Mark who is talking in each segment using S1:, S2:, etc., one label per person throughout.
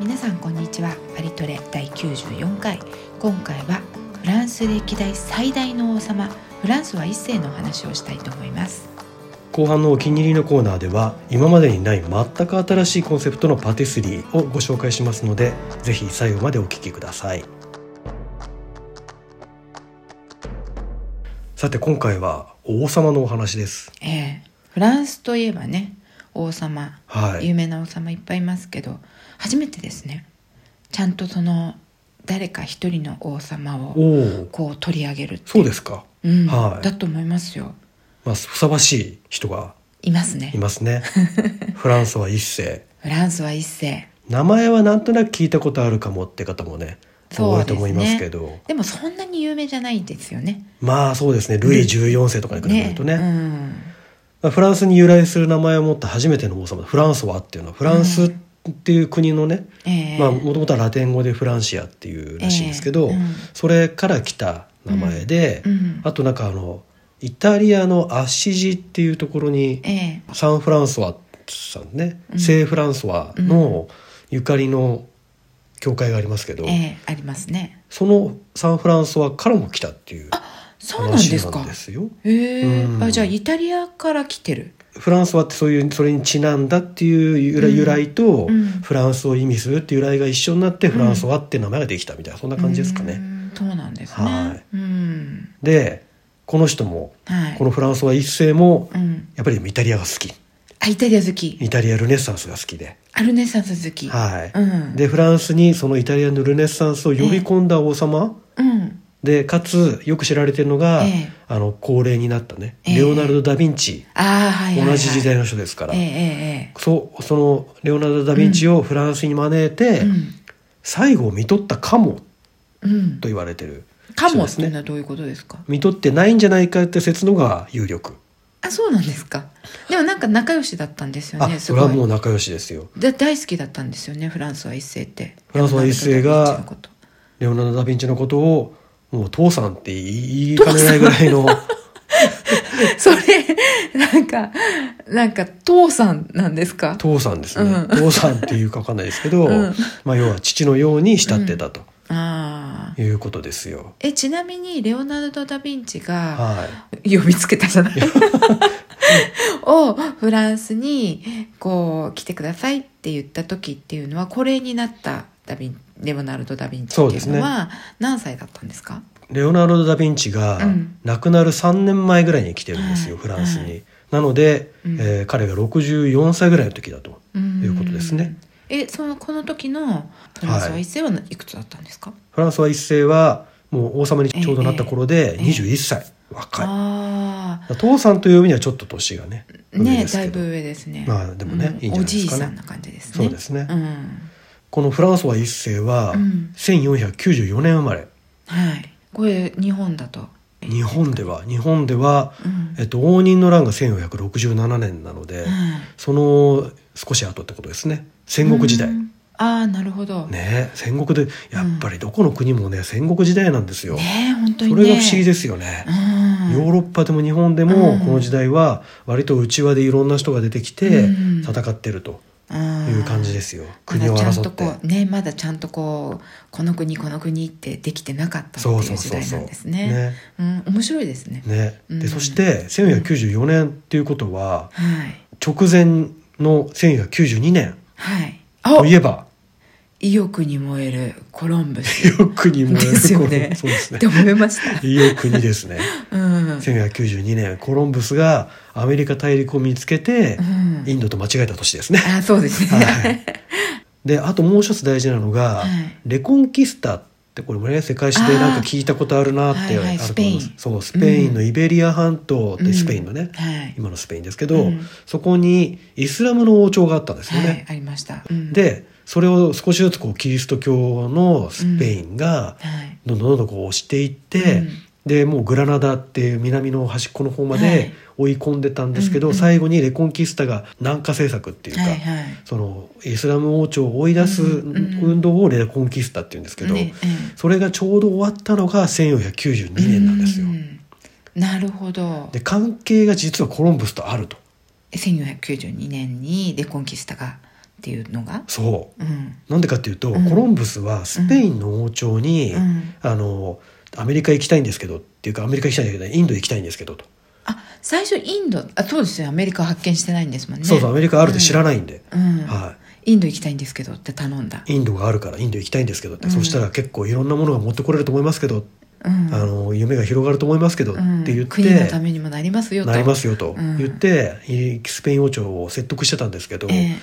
S1: 皆さんこんにちはパリトレ第94回今回はフランス歴代最大の王様フランスは一世のお話をしたいと思います
S2: 後半のお気に入りのコーナーでは今までにない全く新しいコンセプトのパティスリーをご紹介しますのでぜひ最後までお聞きくださいさて今回は王様のお話です
S1: ええフランスといえばね王様、
S2: はい
S1: 有名な王様いっぱいいますけど初めてですねちゃんとその誰か一人の王様
S2: お
S1: を
S2: お
S1: こう取り上げるってい
S2: そうですか、
S1: うん
S2: はい
S1: だと思いますよ
S2: まあ、ふさわしい人が
S1: いますね
S2: います ねフランスは一世
S1: フランスは一世
S2: 名前はなんとなく聞いたことあるかもって方もね
S1: そうで
S2: 多い
S1: すね
S2: と思いますけど
S1: でもそんなに有名じゃないですよね
S2: まあそうですねルイ14世とかに比べるとね
S1: うん、
S2: まあフランスに由来する名前を持った初めての王様フランソワっていうのはフランスっていう国のね
S1: ええ
S2: まあもともとはラテン語でフランシアっていうらしいんですけど、
S1: ええうん
S2: それから来た名前で、
S1: うん
S2: あとなんかあのイタリアのアッシジっていうところに
S1: ええ
S2: サンフランソワさんね、
S1: うん
S2: 聖フランソワのゆかりの教会がありますけど、
S1: ええありますね
S2: そのサンフランソワからも来たっていう
S1: そうなん
S2: 話
S1: です
S2: な
S1: か
S2: んですよ。
S1: へえ
S2: うん
S1: あじゃあイタリアから来てる
S2: フランスはってそういうそれにちなんだっていう由来,、
S1: うん
S2: 由来と、
S1: うん
S2: フランスを意味するっていう由来が一緒になって、フランスはって名前ができたみたいなそんな感じですか
S1: う
S2: ね。
S1: んそうなんですね
S2: は
S1: うん
S2: でこの人も
S1: はい
S2: このフランスは一世も
S1: うん、
S2: やっぱりイタリアが好き
S1: あイタリア好き
S2: イタリアルネッサンスが好きで、
S1: アルネサンス好き
S2: はい
S1: うん
S2: でフランスにそのイタリアのルネッサンスを呼び込んだ王様、
S1: うん
S2: でかつよく知られてるのが、
S1: ええ
S2: あの高齢になったね、
S1: ええ
S2: レオナルド・ダ・ヴィンチ、
S1: ああはいはい、はい、
S2: 同じ時代の人ですから、
S1: えええええ
S2: そうそのレオナルド・ダ・ヴィンチをフランスに招いて、
S1: えうん
S2: 最後を見とったかも
S1: うん
S2: と言われてる
S1: カ
S2: 人
S1: モ
S2: で
S1: っ
S2: す
S1: ていうの
S2: ね
S1: はどういうことですか
S2: 見とってないんじゃないかって説のが有力、
S1: あそうなんですかでもなんか仲良しだったんですよ
S2: あ
S1: ねす
S2: そ
S1: ご
S2: れ
S1: い
S2: はもう仲良しですよ
S1: だ大好きだったんですよねフランスは一世って
S2: フランスは一世が
S1: レオナルドダヴィンチのこと
S2: レオナルド・ダ・ヴィンチのことをもう父さんって言いかねないぐら いの
S1: それなんかなんか父さんなんですか
S2: 父さんですね、
S1: うん
S2: 父さんっていうかわかんないですけど、
S1: うん
S2: まあ、要は父のように慕ってたと
S1: ああ
S2: いうことですよ、
S1: えちなみにレオナルド・ダ・ヴィンチが
S2: はい
S1: 呼びつけたじゃない をフランスにこう来てくださいって言った時っていうのはこれになったダヴィンレオナルド・ダ・ヴィンチっていうのは何歳だったんですか
S2: レオナルド・ダ・ヴィンチが
S1: うん
S2: 亡くなる3年前ぐらいに来てるんですよ、
S1: はい
S2: フランスに、
S1: はい
S2: なので、
S1: うん
S2: えー彼が64歳ぐらいの時だと
S1: とい
S2: いうことですね
S1: えそのこの時のフランスは一世はいくつだったんですか、
S2: フランスは一世はもう王様にちょうどなった頃で
S1: ええ
S2: 21歳、若いだか
S1: ああ
S2: ら父さんという意味にはちょっと年がね上
S1: ね
S2: です
S1: だ
S2: け
S1: い
S2: ど、
S1: ぶ上ですね
S2: まあでもねいいんじゃないですかね
S1: おじいさんな感じですね
S2: そうですね
S1: うん
S2: このフランスは一世は
S1: うん
S2: 1494年生まれ、
S1: はいこれ日本だと
S2: 日本では日本では、
S1: うん
S2: えっと、応仁の乱が1467年なので、
S1: はい
S2: その少し後ってことですね戦国時代、
S1: うんああなるほどね
S2: ね戦国でやっぱりどこの国もね戦国時代なんですよ、
S1: え本当
S2: そ
S1: にね
S2: れが不思議
S1: で
S2: ですよね、
S1: うん
S2: ヨーロッパでも日本で
S1: う
S2: も
S1: ん
S2: この時代は割と内輪でいろんな人が出てきて
S1: うん
S2: 戦ってると
S1: うん
S2: いう感じですよ、国
S1: ま
S2: を
S1: だちゃん
S2: 争
S1: と
S2: って、
S1: こうねまだちゃんとこうこの国この国ってできてなかったって
S2: そう
S1: い
S2: そうう
S1: 時
S2: そう
S1: 代
S2: そ
S1: な
S2: うん
S1: ですねうん面白いですね
S2: ね
S1: うん
S2: でそして1494年っていうことは
S1: はい
S2: 直前の1492年
S1: はい
S2: と
S1: あ
S2: いえば
S1: 意欲に燃えるコロンブス
S2: 意欲に燃える
S1: ですよね
S2: そうですね
S1: って思いました
S2: 意欲にですね
S1: うん
S2: 1992年コロンブスがアメリカ大陸を見つけて
S1: う、ん
S2: インドと間違えた年ですね。
S1: あそうですね、
S2: はいであともう一つ大事なのが、
S1: はい
S2: レコンキスタってこれもね世界史でなんか聞いたことあるなって
S1: あーはいはい
S2: あると思います
S1: スペイン
S2: そうスペインのイベリア半島って、
S1: うん
S2: スペインのね、
S1: はい
S2: 今のスペインですけど、
S1: うん
S2: そこにイスラムの王朝があったんですよね。
S1: はい、ありました、うん、
S2: でそれを少しずつこうキリスト教のスペインが
S1: はい
S2: どんどんどんどんこう押していって、
S1: うん
S2: でもうグラナダっていう南の端っこの方ま
S1: はい
S2: で追い込んでたんですけど、
S1: うんうん
S2: 最後にレコンキスタが南下政策っていうか、
S1: はいはい
S2: そのイスラム王朝を追い出す
S1: うんうん
S2: 運動をレコンキスタっていうんですけど、
S1: ねええ
S2: それがちょうど終わったのが1492年なんですよ
S1: う。んなるほど
S2: で関係が実はコロンブスとあると
S1: 1492年にレコンキスタがっていうのが、
S2: そう
S1: うん
S2: なんでかっていうと、
S1: うん
S2: コロンブスはスペインの王朝に、
S1: うん、
S2: あのアメリカ行きたいんですけどっていうかアメリカ行きたいんだけどインド行きたいんですけどと、
S1: あ最初インドあそうですよアメリカ発見してないんですもんね
S2: そうそうアメリカあるって知らないんで、
S1: うん
S2: は
S1: インド行きたいんですけどって頼んだ、
S2: い、インドがあるからインド行きたいんですけどって、
S1: うん
S2: そしたら結構いろんなものが持ってこれると思いますけど、
S1: うん、
S2: あの夢が広がると思いますけどって
S1: うん
S2: 言って、
S1: 国のためにもなりますよと
S2: なりますよ
S1: う
S2: と
S1: ん
S2: 言って、いスペイン王朝を説得してたんですけど、
S1: え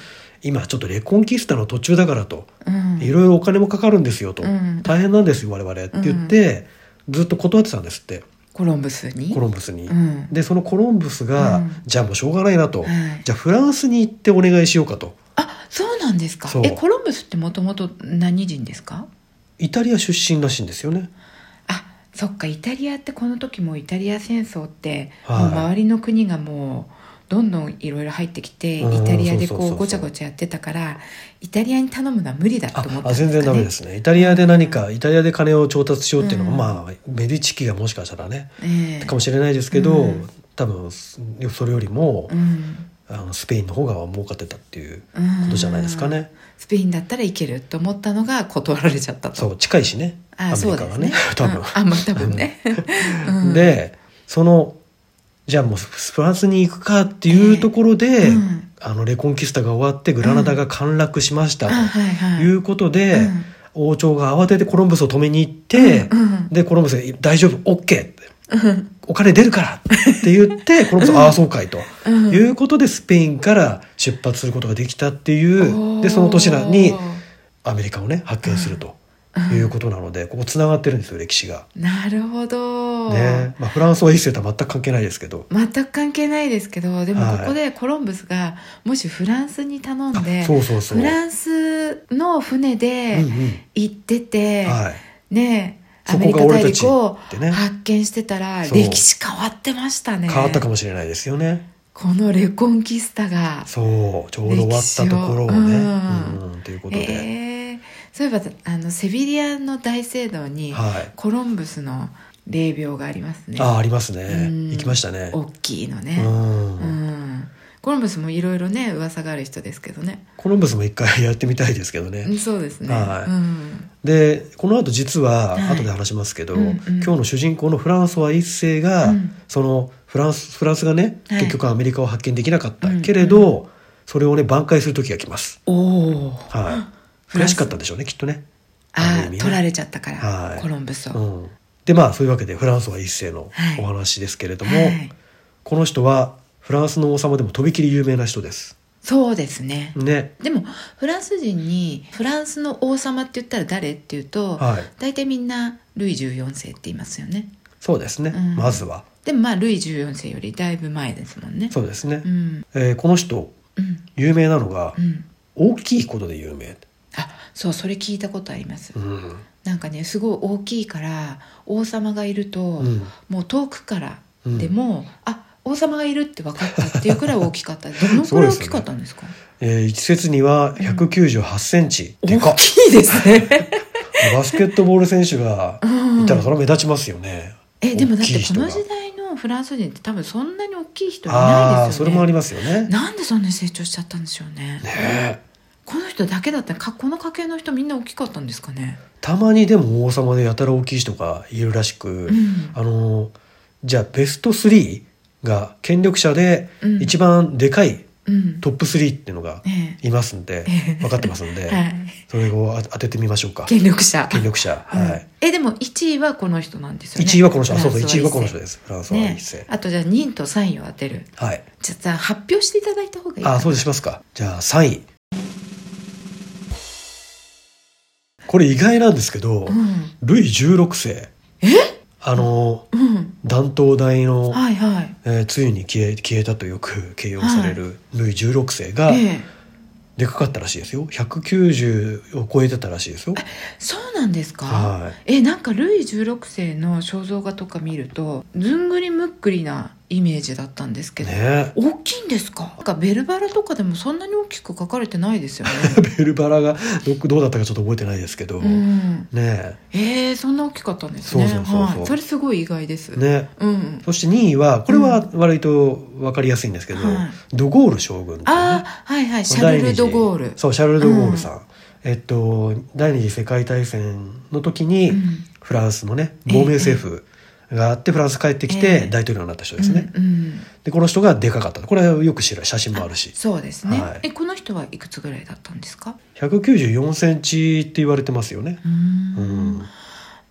S2: 今ちょっとレコンキスタの途中だからと、
S1: えうん、
S2: いろいろお金もかかるんですよと、
S1: うん
S2: 大変なんですよ我々って言って、ずっと断ってたんですって
S1: コロンブスに
S2: コロンブスに。
S1: うん
S2: でそのコロンブスが、
S1: うん
S2: じゃあもうしょうがないなと、
S1: はい
S2: じゃあフランスに行ってお願いしようかと
S1: あそうなんですか
S2: そう
S1: えコロンブスってもともと何人ですか
S2: イタリア出身らしいんですよね
S1: あそっかイタリアってこの時もイタリア戦争って、
S2: はい
S1: もう周りの国がもうどんどんいろいろ入ってきて
S2: うん
S1: イタリアでこう
S2: そうそうそうそう
S1: ごちゃごちゃやってたからイタリアに頼むのは無理だと
S2: あ
S1: 思ったん
S2: あ
S1: ですか、ね、
S2: 全然ダメですねイタリアで何かイタリアで金を調達しようっていうのは、
S1: うん
S2: まあメディチキがもしかしたらね
S1: ええ
S2: かもしれないですけど、
S1: うん
S2: 多分それよりも、
S1: うん
S2: あのスペインの方が儲かってたっていう
S1: こ
S2: ことじゃないですかね、
S1: スペインだったらいけると思ったのが断られちゃったと
S2: そう近いしね
S1: あ
S2: アメ
S1: そ
S2: リ
S1: う
S2: カ
S1: で
S2: が
S1: す
S2: ね
S1: ね
S2: 多分
S1: うん、あまあ多分 ね、うん、
S2: でそのじゃあもうフランスに行くかっていうところで、
S1: うん
S2: あのレコンキスタが終わってグラナダが陥落しました
S1: あはい
S2: と
S1: はいいう
S2: ことで、
S1: うん
S2: 王朝が慌ててコロンブスを止めに行って、
S1: うんうん
S2: でコロンブスが「大丈夫 OK」って「お金出るから」って言ってコロンブス「ああそうかい」と、
S1: うん
S2: いうことでスペインから出発することができたっていうでその年に
S1: おー
S2: アメリカをね発見するということなので、ここつながってるんですよ歴史が。
S1: なるほど、
S2: ねまあ、フランスは一世とは全く関係ないですけど。
S1: 全く関係ないですけどでも
S2: はい
S1: ここでコロンブスがもしフランスに頼んで、
S2: あそうそうそう。
S1: フランスの船で
S2: うんうん
S1: 行ってて、
S2: はい、
S1: ねア
S2: そ
S1: メ
S2: こ
S1: リ
S2: が
S1: カ
S2: 俺
S1: 大
S2: たち
S1: 陸を
S2: ってね
S1: 発見してたら
S2: そう
S1: 歴史変わってましたね
S2: 変わったかもしれないですよね。
S1: このレコンキスタが
S2: そうちょうど終わったところをね。
S1: 歴史を
S2: うんうんということで、
S1: えーそういえばあのセビリアの大聖堂に
S2: はい。
S1: コロンブスの霊廟がありますね
S2: ああありますね
S1: うん。
S2: 行きましたね。
S1: 大きいの
S2: う
S1: ね、
S2: ん
S1: うんコロンブスもいろいろね噂がある人ですけどね
S2: コロンブスも一回やってみたいですけどね。
S1: うんそうですね、
S2: はい
S1: うん
S2: でこの後実は
S1: はい
S2: 後で話しますけど、
S1: うんうん
S2: 今日の主人公のフランソワ一世が、
S1: うん
S2: そのフランスフランスがね、
S1: はい
S2: 結局アメリカを発見できなかった、
S1: うん
S2: けれど、それをね挽回する時が来ます。
S1: おお
S2: はい、
S1: フラ
S2: 悔
S1: ンス
S2: しかったでしょうねきっとね。あ
S1: あ
S2: る意味
S1: ー
S2: ね
S1: 取られちゃったから、
S2: はい
S1: コロンブスを、
S2: うん、でまあそういうわけでフランスは一世の
S1: はい
S2: お話ですけれども、
S1: はい、
S2: この人はフランスの王様でもとびきり有名な人です。
S1: そうですね、
S2: ね。
S1: でもフランス人にフランスの王様って言ったら誰っていうと、
S2: はい
S1: 大体みんなルイ14世って言いますよね
S2: そうですね、
S1: うん
S2: まずは
S1: でもまあルイ14世よりだいぶ前ですもんね
S2: そうですね、
S1: うん
S2: えーこの人
S1: うん
S2: 有名なのが
S1: うん
S2: 大きいことで有名、
S1: あそうそれ聞いたことあります、
S2: うん
S1: なんかねすごい大きいから王様がいると、
S2: うん
S1: もう遠くからでも、あ王様がいるって分かったっていうくらい大きかったどのくらい大きかったんですか
S2: えー一説には198センチ、でかっ
S1: 大きいです ね
S2: バスケットボール選手が
S1: うん
S2: いたらそれは目立ちますよね、
S1: えでもだって
S2: 大きい
S1: こ
S2: 人が
S1: の時代のフランス人って多分そんなに大きい人い
S2: あ
S1: な
S2: あ
S1: い
S2: ー
S1: です
S2: そ
S1: よ
S2: れ
S1: ね
S2: もありますよね
S1: なんでそんなに成長しちゃったんでしょうね
S2: ね
S1: この人だけだったらかこの家系の人みんな大きかったんですかね
S2: たまにでも王様でやたら大きい人がいるらしく、
S1: ん
S2: あのーじゃあベスト3が権力者で
S1: うん
S2: 一番でかい
S1: うん
S2: トップ3っていうのが
S1: え
S2: いますんで、
S1: ええ
S2: 分かってますんで、
S1: え はい
S2: それを当ててみましょうか
S1: 権力者
S2: 権力者は
S1: うん
S2: い、
S1: えでも1位はこの人なんですよね
S2: 1位はこの人あそうそ
S1: フ
S2: う
S1: ランス
S2: 1位はこの
S1: 一世
S2: 人ですフランスは
S1: ね
S2: 一世、
S1: あとじゃあ2位と3位を当てる
S2: はい
S1: じゃあじゃあ発表していただいた方がいいかな
S2: あ、そうにしますか。じゃあ3位。これ意外なんですけど、
S1: うん
S2: ルイ16世。あの、
S1: うん
S2: 断頭台の、
S1: はいはい
S2: えーついに消え消えたとよく形容されるルイ16世が、
S1: ええ
S2: でかかったらしいですよ。190を超えてたらしいですよ。
S1: そうなんですか、
S2: は
S1: えなんかルイ16世の肖像画とか見るとずんぐりむっくりなイメージだったんですけど、
S2: ね
S1: 大きいんですかなんかベルバラとかでもそんなに大きく書かれてないですよね、
S2: ベルバラがどどうだったかちょっと覚えてないですけど、
S1: う
S2: ね
S1: ん、
S2: え
S1: えー、そんな大きかったんですね
S2: そうそうそうそう
S1: はい、それすごい意外です、
S2: ね
S1: うん
S2: そして2位はこれは割と分かりやすいんですけど、
S1: はい
S2: ドゴール将軍っていうね
S1: ああはいはいシャルル・ド・ゴール
S2: そうシャルル・ド・ゴールさん、えっと第二次世界大戦の時に、
S1: うん
S2: フランスのね亡命政府があって、フランス帰ってき
S1: ええ
S2: て大統領になった人ですね、
S1: うんうん
S2: でこの人がでかかったこれはよく知ら写真もあるし
S1: そうですね、
S2: はい
S1: えこの人はいくつぐらいだったんですか
S2: 1 9 4センチって言われてますよね
S1: うーん
S2: うん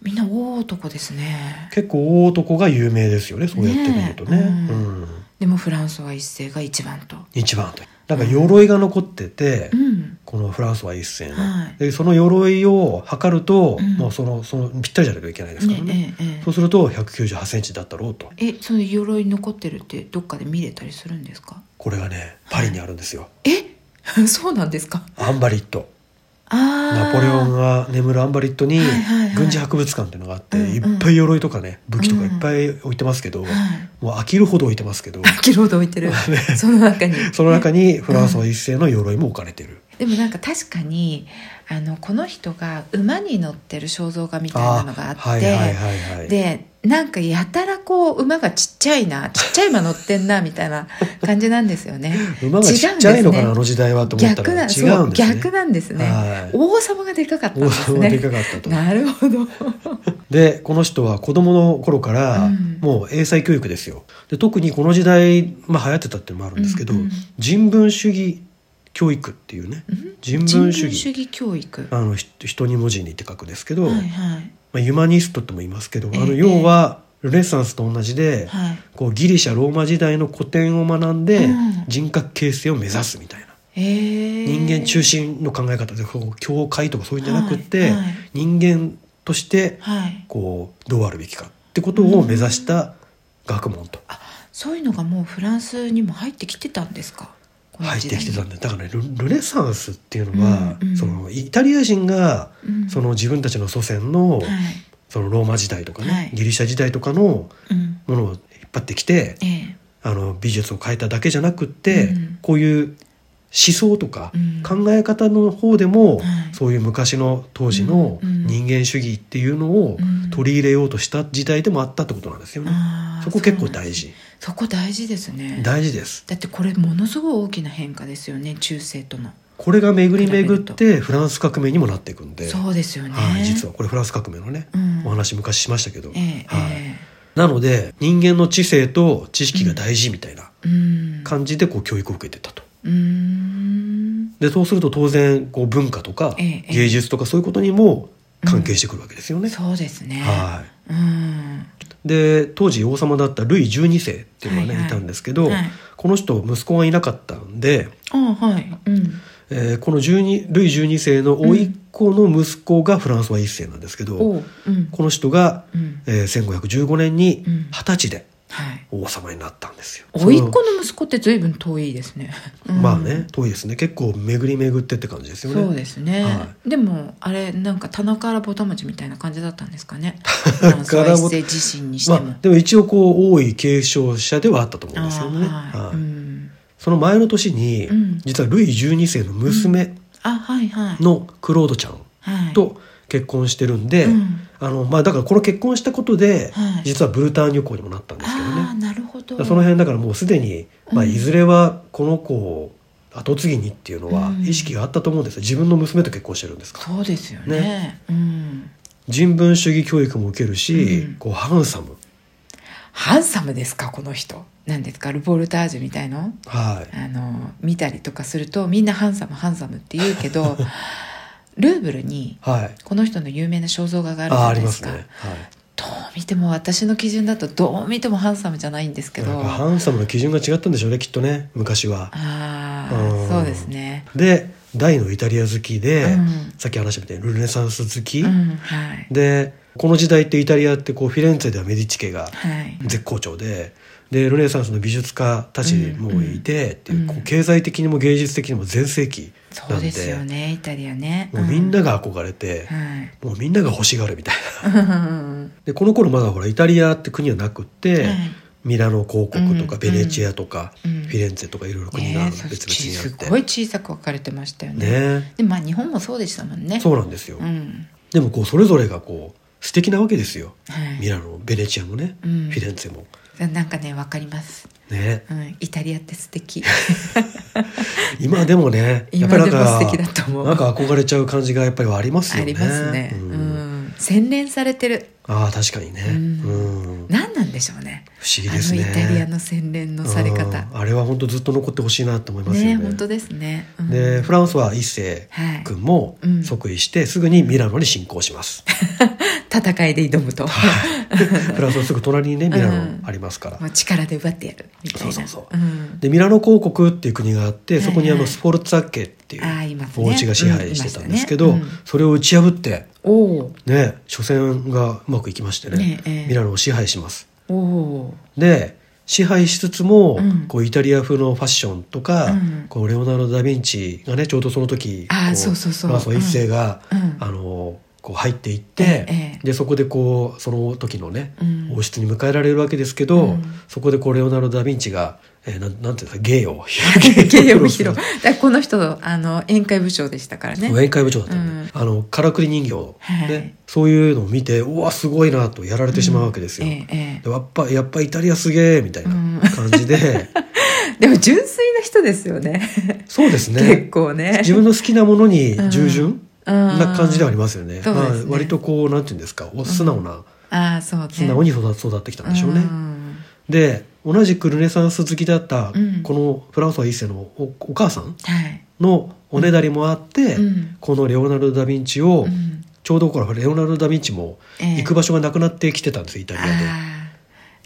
S1: みんな大男ですね
S2: 結構大男が有名ですよねそうやって見るとね
S1: ねえ
S2: うん
S1: でもフランソワ一世が一番と
S2: 一番となんか鎧が残ってて、
S1: うん
S2: このフランスは一世の、
S1: はい
S2: でその鎧を測ると、
S1: うん
S2: もうそのそのぴったりじゃないといけないですからね
S1: ねえええ
S2: そうすると198センチだったろうと。
S1: ええその鎧残ってるってどっかで見れたりするんですか
S2: これがね、パリにあるんですよ。
S1: え そうなんですか
S2: アンバリット。
S1: ああ
S2: ナポレオンが眠るアンバリットに
S1: はいはいはい
S2: 軍事博物館っていうのがあって、
S1: うんうん
S2: いっぱい鎧とかね、武器とかいっぱい置いてますけど、
S1: はい
S2: もう飽きるほど置いてますけ ど、
S1: キロード置いて るその中に
S2: その中にフランスの一世の鎧も置かれてる。
S1: でもなんか確かにあのこの人が馬に乗ってる肖像画みたいなのがあって
S2: ーはいはいはいはい。
S1: でなんかやたらこう馬がちっちゃいなちっちゃい馬乗ってんなみたいな感じなんですよね
S2: 馬がちっちゃいのかな、
S1: 違うんですね
S2: あの時代はと 思った
S1: 逆な
S2: ら違
S1: そう
S2: うんですね。
S1: 逆なんですね、
S2: はい
S1: 王様がでかかったんで
S2: 王
S1: す
S2: 様がで
S1: ね
S2: かかったと。
S1: なるほど
S2: でこの人は子供の頃から
S1: うん
S2: もう英才教育ですよで特にこの時代、まあ、流行ってたっていうのもあるんですけど、
S1: うんうん
S2: 人文主義教育っていうね人文主義
S1: 人文教育は
S2: あのひ人に文字にって書くですけど、
S1: い
S2: ま
S1: はい
S2: あ、ユマニストとも言いますけど、あの
S1: ええ
S2: 要はルネサンスと同じで、
S1: はい
S2: こうギリシャローマ時代の古典を学んで
S1: うん
S2: 人格形成を目指すみたいな。
S1: えー、
S2: 人間中心の考え方でこう教会とかそういうんじゃなくって、
S1: はいはい
S2: 人間として
S1: はい
S2: こうどうあるべきかってことを目指した学問と
S1: そういうのがもうフランスにも入ってきてたんですかこの
S2: 入っ
S1: 時
S2: て
S1: 代
S2: き
S1: に
S2: てたんでだからねルルネサンスっていうのは、
S1: うんうん
S2: そのイタリア人が
S1: うん
S2: その自分たちの祖先の,、
S1: はい
S2: そのローマ時代とかね、
S1: はい
S2: ギリシャ時代とかの
S1: うん
S2: ものを引っ張ってきて
S1: ええ
S2: あの美術を変えただけじゃなくって、
S1: うん
S2: こういう思想とか
S1: うん
S2: 考え方の方でも、
S1: はい
S2: そういう昔の当時の
S1: うん
S2: 人間主義っていうのを
S1: うん
S2: 取り入れようとした時代でもあったってことなんですよね。
S1: あー
S2: そこ結構
S1: そうなんで
S2: 大
S1: す
S2: 事
S1: そこ大事ですね
S2: 大事です
S1: だってこれものすごい大きな変化ですよね中世との
S2: これが巡り
S1: 比べ
S2: 巡
S1: る
S2: っ
S1: と
S2: てフランス革命にもなっていくんで、
S1: そうですよね、
S2: はい、実はこれフランス革命のね、
S1: うん
S2: お話昔しましたけど、
S1: ええ
S2: はい
S1: え
S2: なので人間の知性と知識が大事みたいな
S1: えうん
S2: 感じでこう教育を受けてたと。
S1: うーん
S2: でそうすると当然こう文化とか
S1: ええええ
S2: 芸術とかそういうことにも関係してくるわけですよね。
S1: そうですね
S2: はい
S1: うん
S2: で当時王様だったルイ12世っていうの
S1: は
S2: がね、
S1: い
S2: い
S1: はい
S2: たんですけど、
S1: はい
S2: この人息子がいなかったんで、
S1: あはいうん
S2: えーこの12ルイ12世の甥っ子の息子がフランソワ1世なんですけど、
S1: おううん
S2: この人が、
S1: うん
S2: えー1515年に
S1: うん
S2: 二十歳で
S1: はい
S2: 王様になったんですよ。
S1: 甥っ
S2: そ
S1: 子の息子って随分遠いですね、う
S2: の
S1: ん
S2: まあね遠いですね結構巡り巡ってって感じですよね。
S1: そうですね、
S2: は
S1: でもあれなんか棚からぼた餅みたいな感じだったんですかねフラ
S2: 棚
S1: ンスは
S2: からぼ
S1: 一世自身にして
S2: ま
S1: も、
S2: あ、でも一応こう王位継承者ではあったと思うんですよね。
S1: あーはい
S2: はい
S1: うん
S2: その前の年に、
S1: うん
S2: 実はルイ12世の娘
S1: あはいはい
S2: のクロードちゃん
S1: はい、
S2: と結婚してるんで、
S1: うん
S2: あのまあ、だからこの結婚したことで、
S1: はい
S2: 実はブルターニュ公にもなったんですけどね
S1: ああなるほ
S2: だ
S1: ど
S2: からその辺だからもうすでに、まあ、
S1: うん
S2: いずれはこの子を後継ぎにっていうのは
S1: うん
S2: 意識があったと思うんですよ自分の娘と結婚してるんですから
S1: そうですよね
S2: ね
S1: うん、
S2: 人文主義教育も受けるし、
S1: うん
S2: こうハンサム、
S1: ハンサムですかこの人なんですかルボルタージュみたいの
S2: はい、
S1: あの見たりとかするとみんなハンサムハンサムって言うけ どルーブルに
S2: はい、
S1: この人の有名な肖像画があるじ
S2: あ
S1: ゃ
S2: あーあ
S1: な
S2: り
S1: いで
S2: ますす
S1: か
S2: ね、はい、
S1: どう見ても私の基準だとどう見てもハンサムじゃないんですけ
S2: だから
S1: ど
S2: やっぱ
S1: あ
S2: ハンサムの基準が違ったんでしょうねきっとね昔は。
S1: あ
S2: う
S1: ー
S2: ん
S1: そうですね
S2: で大のイタリア好きで、
S1: うん
S2: さっき話したみたいにルネサンス好き、
S1: うんはい
S2: でこの時代ってイタリアってこうフィレンツェではメディチ家が
S1: はい
S2: 絶好調ででルネサンスの美術家たちもいてっていう,、
S1: うん
S2: こう経済的にも芸術的にも全盛期
S1: そ
S2: な
S1: うん
S2: で
S1: ですよねイタリアね
S2: もうみんなが憧れて
S1: う、んはい
S2: もうみんなが欲しがるみたいな
S1: うん
S2: でこの頃まだほらイタリアって国はなくって、
S1: はい
S2: ミラノ公国とか
S1: うん
S2: ベネチアとか
S1: う
S2: フ
S1: ん
S2: ィレンツェとかいろいろ国が
S1: ねえそ
S2: 別々
S1: っち
S2: にあ
S1: す
S2: って
S1: ごい小さく分かれてましたよね
S2: ね
S1: でまあ日本もそうでしたもんね
S2: そうなんですよ
S1: うん
S2: でもこうそれぞれがこう素敵なわけですよ
S1: はい
S2: ミラノベネチアもね
S1: う
S2: フ
S1: ん
S2: ィレンツェも
S1: なんかね分かります、
S2: ね
S1: うん、イタリアって素 敵
S2: 今でもねやっぱ
S1: 今で
S2: りなん
S1: も素敵だ
S2: か
S1: と思う
S2: なんか憧れちゃう感じがやっぱりあります
S1: あ
S2: よね
S1: りますね、う
S2: うんん
S1: 洗練されてる
S2: ああ確かにね
S1: うん
S2: うん不
S1: 何なんでしょうね
S2: 思議
S1: あ
S2: です
S1: のイ
S2: ね
S1: タリアの洗練のされ方
S2: うんあれは本当ずっと残ってほしいなと思いますよ
S1: ね
S2: ね
S1: 本当ですね、うん
S2: でフランスは一世
S1: はい
S2: 君も
S1: うん
S2: 即位してすぐにミラノに侵攻し ます、
S1: 戦いで挑むと
S2: フランスのすぐ隣にねミラ
S1: うん
S2: ノありますから、
S1: もう力で奪ってやるみたいな
S2: そうそうそう
S1: うん
S2: でミラノ公国っていう国があってそこにあ
S1: はいは
S2: の
S1: い
S2: スフォルツァ家っていう
S1: あーいますね
S2: お家が支配してたんですけど、
S1: うんいましたね
S2: それを打ち破って
S1: おお
S2: ね初戦がうまくいきましてね
S1: ねえええ
S2: ミラノを支配します
S1: おお
S2: で支配しつつも、
S1: うん
S2: こうイタリア風のファッションとか、
S1: うん
S2: こうレオナルド・ダ・ヴィンチがねちょうどその時
S1: あー
S2: こ
S1: そうそうそう
S2: フランスの一世が、
S1: うん
S2: あのこう入っていって、
S1: ええ
S2: でそこでこうその時のね、
S1: うん
S2: 王室に迎えられるわけですけど、
S1: うん
S2: そこでこうレオナルド・ダ・ヴィンチが、えーなんなんていうんですか芸 を
S1: 芸を披露だからこの人あの宴会部長でしたからね
S2: 宴会部長だったんで、あのからくり人形、ね
S1: はい
S2: そういうのを見てうわすごいなとやられてしまうわけですよ。
S1: うんえええ
S2: でやっぱやっぱイタリアすげえみたいな感じで、
S1: えでも純粋な人ですよね
S2: そうです
S1: 結
S2: ね
S1: 構ね
S2: 自分の好きなものに従順
S1: うん
S2: な感じではありますよね,、
S1: そうですね
S2: はい割とこうなんていうんですかお素直な、
S1: ああそうね
S2: 素直に育育ってきたんでしょうね、
S1: ん
S2: で同じくルネサンス好きだった
S1: うん
S2: このフランソワ一世のおお母さん
S1: はい
S2: のおねだりもあって、
S1: うん
S2: このレオナルド・ダ・ヴィンチを、
S1: うん
S2: ちょうどこれレオナルド・ダ・ヴィンチも
S1: ええ
S2: 行く場所がなくなってきてたんですイタリアで、
S1: あ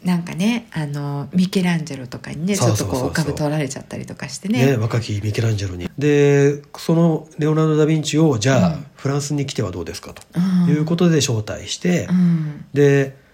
S1: ーなんかねあのミケランジェロとかにねち
S2: そ
S1: ょ
S2: う
S1: っ
S2: そ
S1: と
S2: うそうそう
S1: こう株取られちゃったりとかして
S2: ね
S1: ね
S2: 若きミケランジェロにでそのレオナルド・ダ・ヴィンチをじゃあ、
S1: うん
S2: フランスに来てはどうですかと
S1: うん
S2: いうことで招待して、
S1: うん
S2: で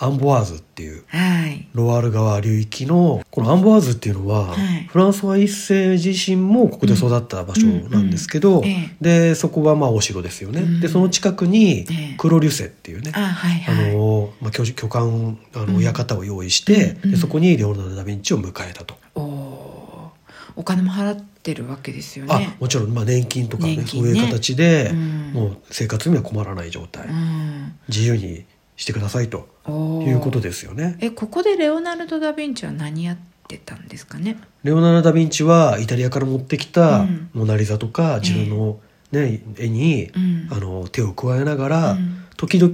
S2: アンボワーズっていう
S1: はい
S2: ロワール川流域のこのアンボワーズっていうのは、
S1: はい
S2: フランスは一世自身もここで育った場所なんですけど、
S1: うんうんえ
S2: でそこはまあお城ですよね、
S1: うん
S2: でその近くに
S1: ええ
S2: クロリュセっていうね、
S1: あはい
S2: あ
S1: はい
S2: のまあ、巨巨漢あ
S1: うん
S2: の館を用意して、
S1: うん
S2: でそこにレオナルド・ダ・ヴィンチを迎えたと、
S1: おおーお金も払ってるわけですよ
S2: あ
S1: ね
S2: もちろん、まあ、年金とか、ね
S1: 年
S2: そ
S1: 金
S2: う
S1: ね
S2: いう形で、
S1: うん
S2: もう生活には困らない状態、
S1: うん
S2: 自由にしてくださいと
S1: おー
S2: いうことですよね。
S1: えここでレオナルド・ダ・ヴィンチは何やってたんですかね
S2: レオナルド・ダ・ヴィンチはイタリアから持ってきた
S1: うん
S2: モナ・リザとか自分の、ね絵に、
S1: うん
S2: あの手を加えながら、
S1: うん
S2: 時々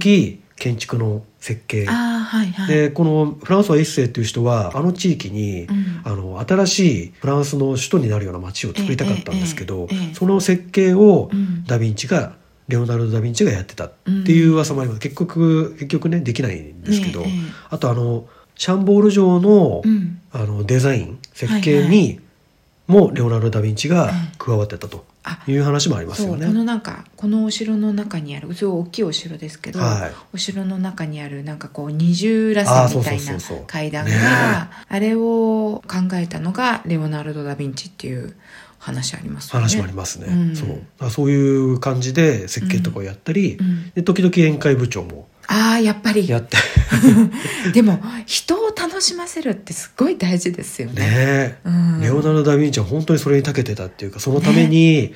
S2: 建築の設計
S1: ああはいはい
S2: でこのフランスは一世という人はあの地域に、
S1: うん
S2: あの新しいフランスの首都になるような街を作りたかったんですけど、
S1: ええええええ
S2: その設計を
S1: うん
S2: ダ・ヴィンチがレオナルド・ダ・ヴィンチがやってたっていう噂もあります、結局結局ねできないんですけど、
S1: ええええ
S2: あとあのシャンボール城の,、
S1: うん
S2: あのデザイン設計
S1: はい
S2: にもレオナルド・ダ・ヴィンチが加わってたと
S1: あ
S2: いう話もあります
S1: そ
S2: よ
S1: う
S2: ね。
S1: このなんかこのお城の中にあるすごい大きいお城ですけど、
S2: はい
S1: お城の中にあるなんかこう二重らせみた
S2: あー
S1: い
S2: そうそう
S1: な
S2: そうそう
S1: 階段
S2: ね
S1: があれを考えたのがレオナルド・ダ・ヴィンチっていう話ありますよね。
S2: 話もありますね、
S1: うん
S2: そうあそういう感じで設計とかをやったり、
S1: うん
S2: で時々宴会部長も
S1: ああやっぱり
S2: やって
S1: でも人を楽しませるってすごい大事ですよね。
S2: ね、
S1: うん
S2: レオナルド・ダ・ヴィンチは本当にそれに長けてたっていうかそのために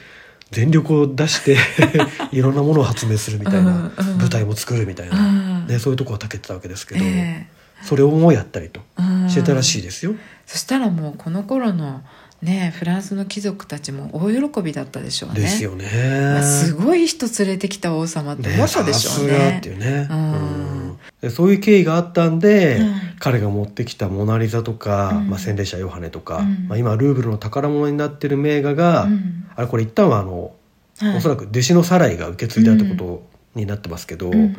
S2: 全力を 出していろんなものを発明するみたいな、
S1: うんうん
S2: 舞台も作るみたい
S1: うん
S2: な、ね、そういうとこは長けてたわけですけど、
S1: え
S2: それをもうやったりと
S1: えうん
S2: してたらしいですよ。
S1: そしたらもうこの頃のねフランスの貴族たちも大喜びだったでしょうね。
S2: ですよね。
S1: まあすごい人連れてきた王様って思ったでしょうね。
S2: さすがっていうね、
S1: うん
S2: うんでそういう経緯があったんで、
S1: うん
S2: 彼が持ってきた「モナ・リザ」とか「
S1: うん
S2: まあ、洗礼者ヨハネ」とか、
S1: うん
S2: まあ、今ルーブルの宝物になってる名画が、
S1: うん
S2: あれこれ一旦はあの、
S1: はい
S2: おそらく弟子のサライが受け継いだってことになってますけど、
S1: うんうん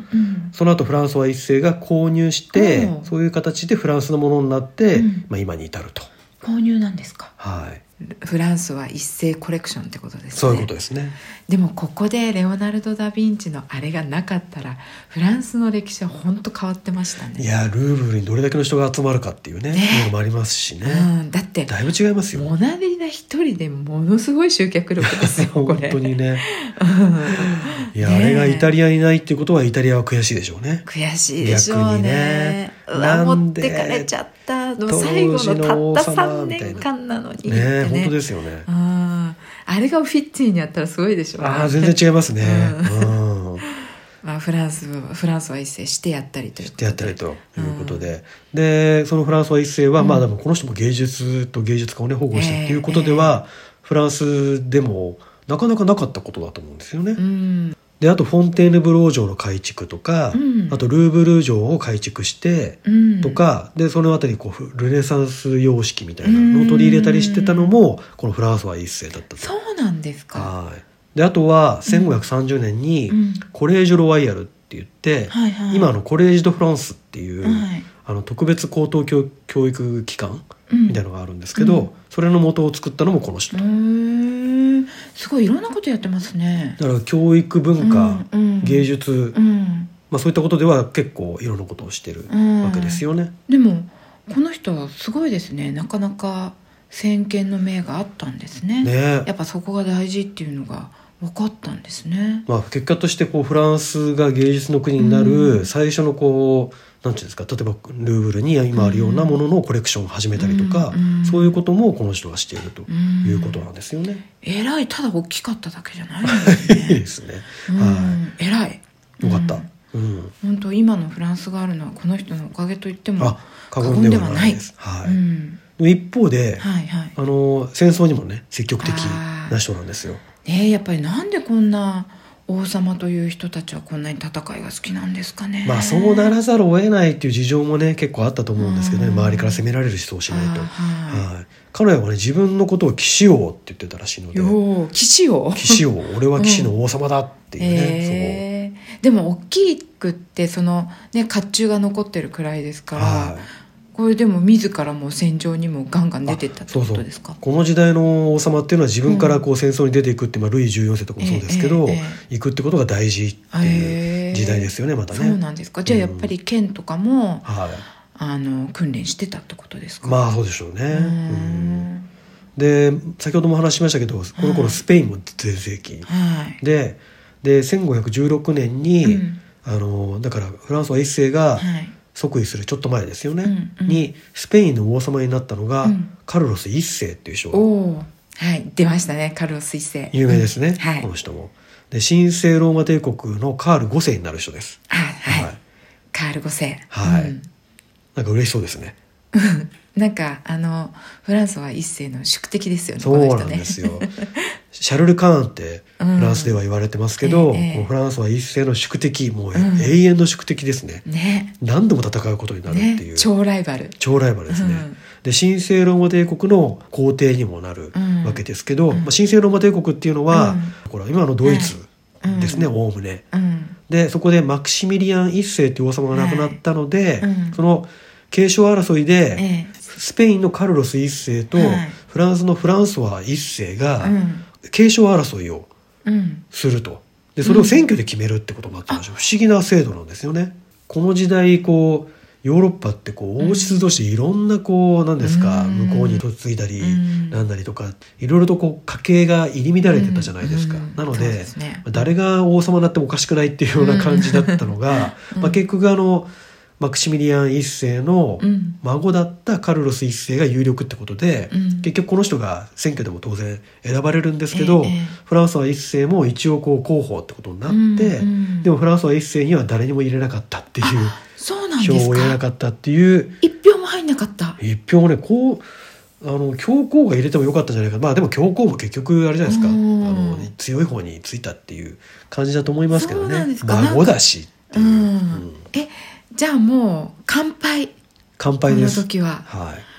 S2: その後フランスは一世が購入して、
S1: うん
S2: そういう形でフランスのものになって、
S1: うん
S2: まあ、今に至ると。
S1: 購入なんですか
S2: はい
S1: フランスは一斉コレクションってことですね
S2: そういうことですね。
S1: でもここでレオナルド・ダ・ヴィンチのあれがなかったらフランスの歴史は本当変わってましたね
S2: いやルーブルにどれだけの人が集まるかっていうねものもありますしね、
S1: うん、だって
S2: だいぶ違い ますよ
S1: モナリザ一人でものすごい集客力ですよこ
S2: 本
S1: れ
S2: 当にね
S1: うん
S2: いや、
S1: ね
S2: あれがイタリアにないっていうことはイタリアは悔しいでしょうね
S1: 悔しいでしょう
S2: 逆に
S1: ね
S2: ね
S1: うわ
S2: な
S1: 持っ
S2: んで
S1: てかれちゃったでも最後のたった3年間なのにって
S2: ね
S1: ね
S2: 本当ですよね
S1: ああれがフィッツィにやったらすごいでしょうね
S2: ああ全然違いますね
S1: う
S2: うん
S1: まあ、フランスはフランスは一斉してやったりということで
S2: 知ってやったりということで、でそのフランスは一世は、まあでもこの人も芸術と芸術家をね保護したっていうことでは、フランスでもなかなかなかったことだと思うんですよね。
S1: うん
S2: であとフォンテーヌブロー城の改築とか、
S1: うん
S2: あとルーブル城を改築して
S1: うん、
S2: とか、でそのあたりこうルネサンス様式みたいなのを取り入れたりしてたのも、このフランスは一世だったと。
S1: そうなんですか、
S2: はいであとは1530年に、
S1: うん、
S2: コレージュ・ロワイヤルって言って、
S1: はいはい
S2: 今あのコレージ・ド・フランスっていう、
S1: はい
S2: あの特別高等教教育機関
S1: うん
S2: みたいなのがあるんですけど、
S1: うん
S2: それの元を作ったのもこの人、
S1: へーすごいいろんなことやってますね
S2: だから教育文化、
S1: うんうん
S2: 芸術、
S1: うん
S2: まあ、そういったことでは結構いろんなことをしてる
S1: うん
S2: わけですよね、
S1: でもこの人はすごいですねなかなか先見の明があったんですね
S2: ね
S1: やっぱそこが大事っていうのが分かったんですね
S2: まあ、結果としてこうフランスが芸術の国にな
S1: う
S2: る
S1: ん
S2: 最初のこうなんていうんですか例えばルーブルに今あるようなもののコレクションを始めたりとか、
S1: うんうん
S2: そういうこともこの人がしていると
S1: うん
S2: いうことなんですよね。
S1: えらいただ大きかっただけじゃないんです
S2: いい
S1: ね
S2: ですね。 は
S1: うんえらい
S2: い。よかった
S1: うん。
S2: うん。
S1: 本当今のフランスがあるのはこの人のおかげと言っても
S2: あ、過言ではないです。
S1: 過
S2: は
S1: 言ではない
S2: い。でも一方で、
S1: うん、はいはい
S2: あの戦争にもね積極的
S1: あー
S2: な人なんですよ。
S1: ねえやっぱりなんでこんな王様という人たちはこんなに戦いが好きなんですかね
S2: まあそうならざるを得ないっていう事情もね結構あったと思うんですけどね
S1: うん
S2: 周りから責められる思想をしないと。
S1: あーはい
S2: はい。彼はね自分のことを騎士王って言ってたらしいので、
S1: よう騎士を
S2: 騎士王俺は騎士の王様だっていうね。
S1: えーでも大きくってそのね甲冑が残ってるくらいです
S2: そ
S1: か
S2: う。
S1: ら、
S2: はい。
S1: これでも自らもう戦場にもガンガン出てったってこ
S2: あそうそ
S1: と
S2: う
S1: ですか
S2: この時代の王様っていうのは自分からこう戦争に出ていくって、まあ、ルイ14世とかもそうですけど、
S1: えええ
S2: 行くってことが大事って
S1: へ
S2: い
S1: え
S2: う時代ですよねまたね。
S1: そうなんですかじゃあやっぱり剣とかも、
S2: はい、
S1: あの訓練してたってことですか
S2: まあそうでしょうね。
S1: う
S2: う
S1: ー
S2: ん
S1: ん
S2: で先ほどもお話ししましたけどこの頃スペインも全盛期
S1: はい
S2: でで1516年に、
S1: うん
S2: あのだからフランスは一世が
S1: はい
S2: 即位するちょっと前ですよね、
S1: うんうん
S2: にスペインの王様になったのが、
S1: うん
S2: カルロス一世っていう人が
S1: おおはい出ましたねカルロス一世
S2: 有名ですね、
S1: うんはい
S2: この人も。で神聖ローマ帝国のカール5世になる人です。
S1: あはい、
S2: はい
S1: カール五世
S2: はい
S1: うん
S2: なんか嬉しそうですね。
S1: なんかあのフランスは一世の宿敵ですよね
S2: そうなんですよ。シャルル・カーンってフ
S1: うん
S2: ランスでは言われてますけど、
S1: ええええ
S2: もうフランスは一世の宿敵もう
S1: うん
S2: 永遠の宿敵ですね
S1: こ、の人ね
S2: 何度も戦うことにな
S1: ね
S2: るっていう、
S1: ね超ライバル
S2: 超ライバルですね、
S1: うん
S2: で神聖ローマ帝国の皇帝にもなるわけですけど、
S1: うん
S2: まあ、神聖ローマ帝国っていうのは、
S1: う
S2: これは今のドイツですね、
S1: う
S2: おおむね
S1: うん
S2: でそこでマクシミリアン一世っていう王様が亡くなったので、
S1: はいうん
S2: その継承争いで、
S1: ええ
S2: スペインのカルロス一世と、
S1: はい
S2: フランスのフランソワ一世が
S1: うん
S2: 継承争いを
S1: うん
S2: するとでそれを選挙で決めるってことになってるんですよ、不思議な制度なんですよね。この時代こうヨーロッパってこう王室同士でいろんなこう何ですか、
S1: うん
S2: 向こうに嫁いだり、
S1: うん
S2: なんだりとかいろいろとこう家系が入り乱れてたじゃないですか、
S1: うん
S2: なの
S1: そう
S2: で
S1: ですね
S2: 誰が王様になってもおかしくないっていうような感じだったのが、
S1: うん
S2: まあ、結局あのマクシミリアン一世の
S1: うん
S2: 孫だったカルロス一世が有力ってことで、
S1: うん
S2: 結局この人が選挙でも当然選ばれるんですけど、
S1: ええ
S2: フランスは一世も一応こう候補ってことになって、
S1: うんうん
S2: でもフランスは一世には誰にも入れなかったっていう
S1: そうなんで
S2: 票
S1: す
S2: を入れな
S1: か
S2: かったっていう
S1: 一票も入んなかった
S2: 一票をねこうあの教皇が入れてもよかったんじゃないかまあでも教皇も結局あれじゃないですかあ
S1: うん
S2: の強い方についたっていう感じだと思いますけど
S1: そうなん
S2: ね
S1: ですか
S2: 孫だしっていう、
S1: うん
S2: うん
S1: えじゃあもう乾杯
S2: 乾
S1: こ
S2: 杯で
S1: の
S2: す。
S1: 時は
S2: はい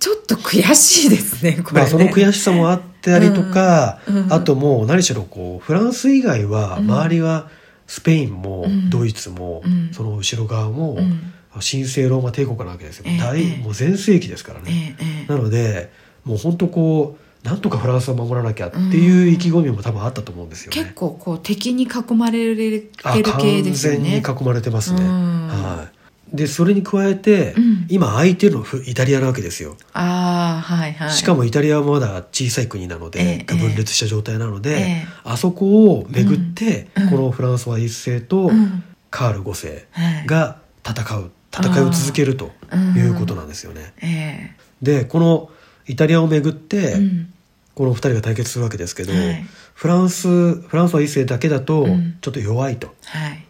S1: ちょっと悔しいですねこれね、
S2: まあ、その悔しさもあったりとか、
S1: うんうん
S2: あともう何しろこうフランス以外は
S1: うん
S2: 周りはスペインも
S1: うん
S2: ドイツも
S1: うん
S2: その後ろ側も
S1: うん
S2: 神聖ローマ帝国なわけですよ
S1: ええええ
S2: 大もう全盛期ですから
S1: え
S2: ね。
S1: えええ
S2: なのでもう本当こうなんとかフランスを守らなきゃっていう意気込みも多分あったと思うんですよね。
S1: 結構こう敵に囲まれる
S2: あ
S1: 系ですよ
S2: 完全に
S1: ね。
S2: 囲まれてますね。
S1: うん
S2: はい、でそれに加えて、
S1: うん
S2: 今相手のふイタリアなわけですよ。
S1: ああはいはい。
S2: しかもイタリアはまだ小さい国なので、
S1: ええ
S2: 分裂した状態なので、
S1: ええ
S2: あそこを巡って、
S1: うんうん
S2: このフランスは一世と
S1: うん
S2: カール五世
S1: はい、
S2: が戦う戦いを続けるということなんですよね。
S1: え
S2: でこのイタリアを巡って、
S1: えうん
S2: この2人が対決するわけですけど、
S1: はい
S2: フランスフランスは一世だけだと
S1: うん
S2: ちょっと弱いと、
S1: はい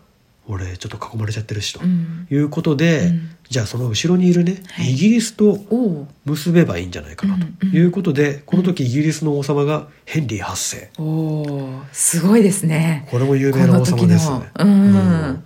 S2: 俺ちょっと囲まれちゃってるしと、
S1: うん
S2: いうことで、
S1: うん
S2: じゃあその後ろにいるね、
S1: はい
S2: イギリスと
S1: おお
S2: 結べばいいんじゃないかなと
S1: うんうん
S2: いうことで、この時イギリスの王様がヘンリー8世
S1: おおすごいですね。
S2: これも有
S1: こ
S2: 名な
S1: の
S2: 王
S1: 時
S2: 様
S1: の
S2: ですね。
S1: うん、
S2: うん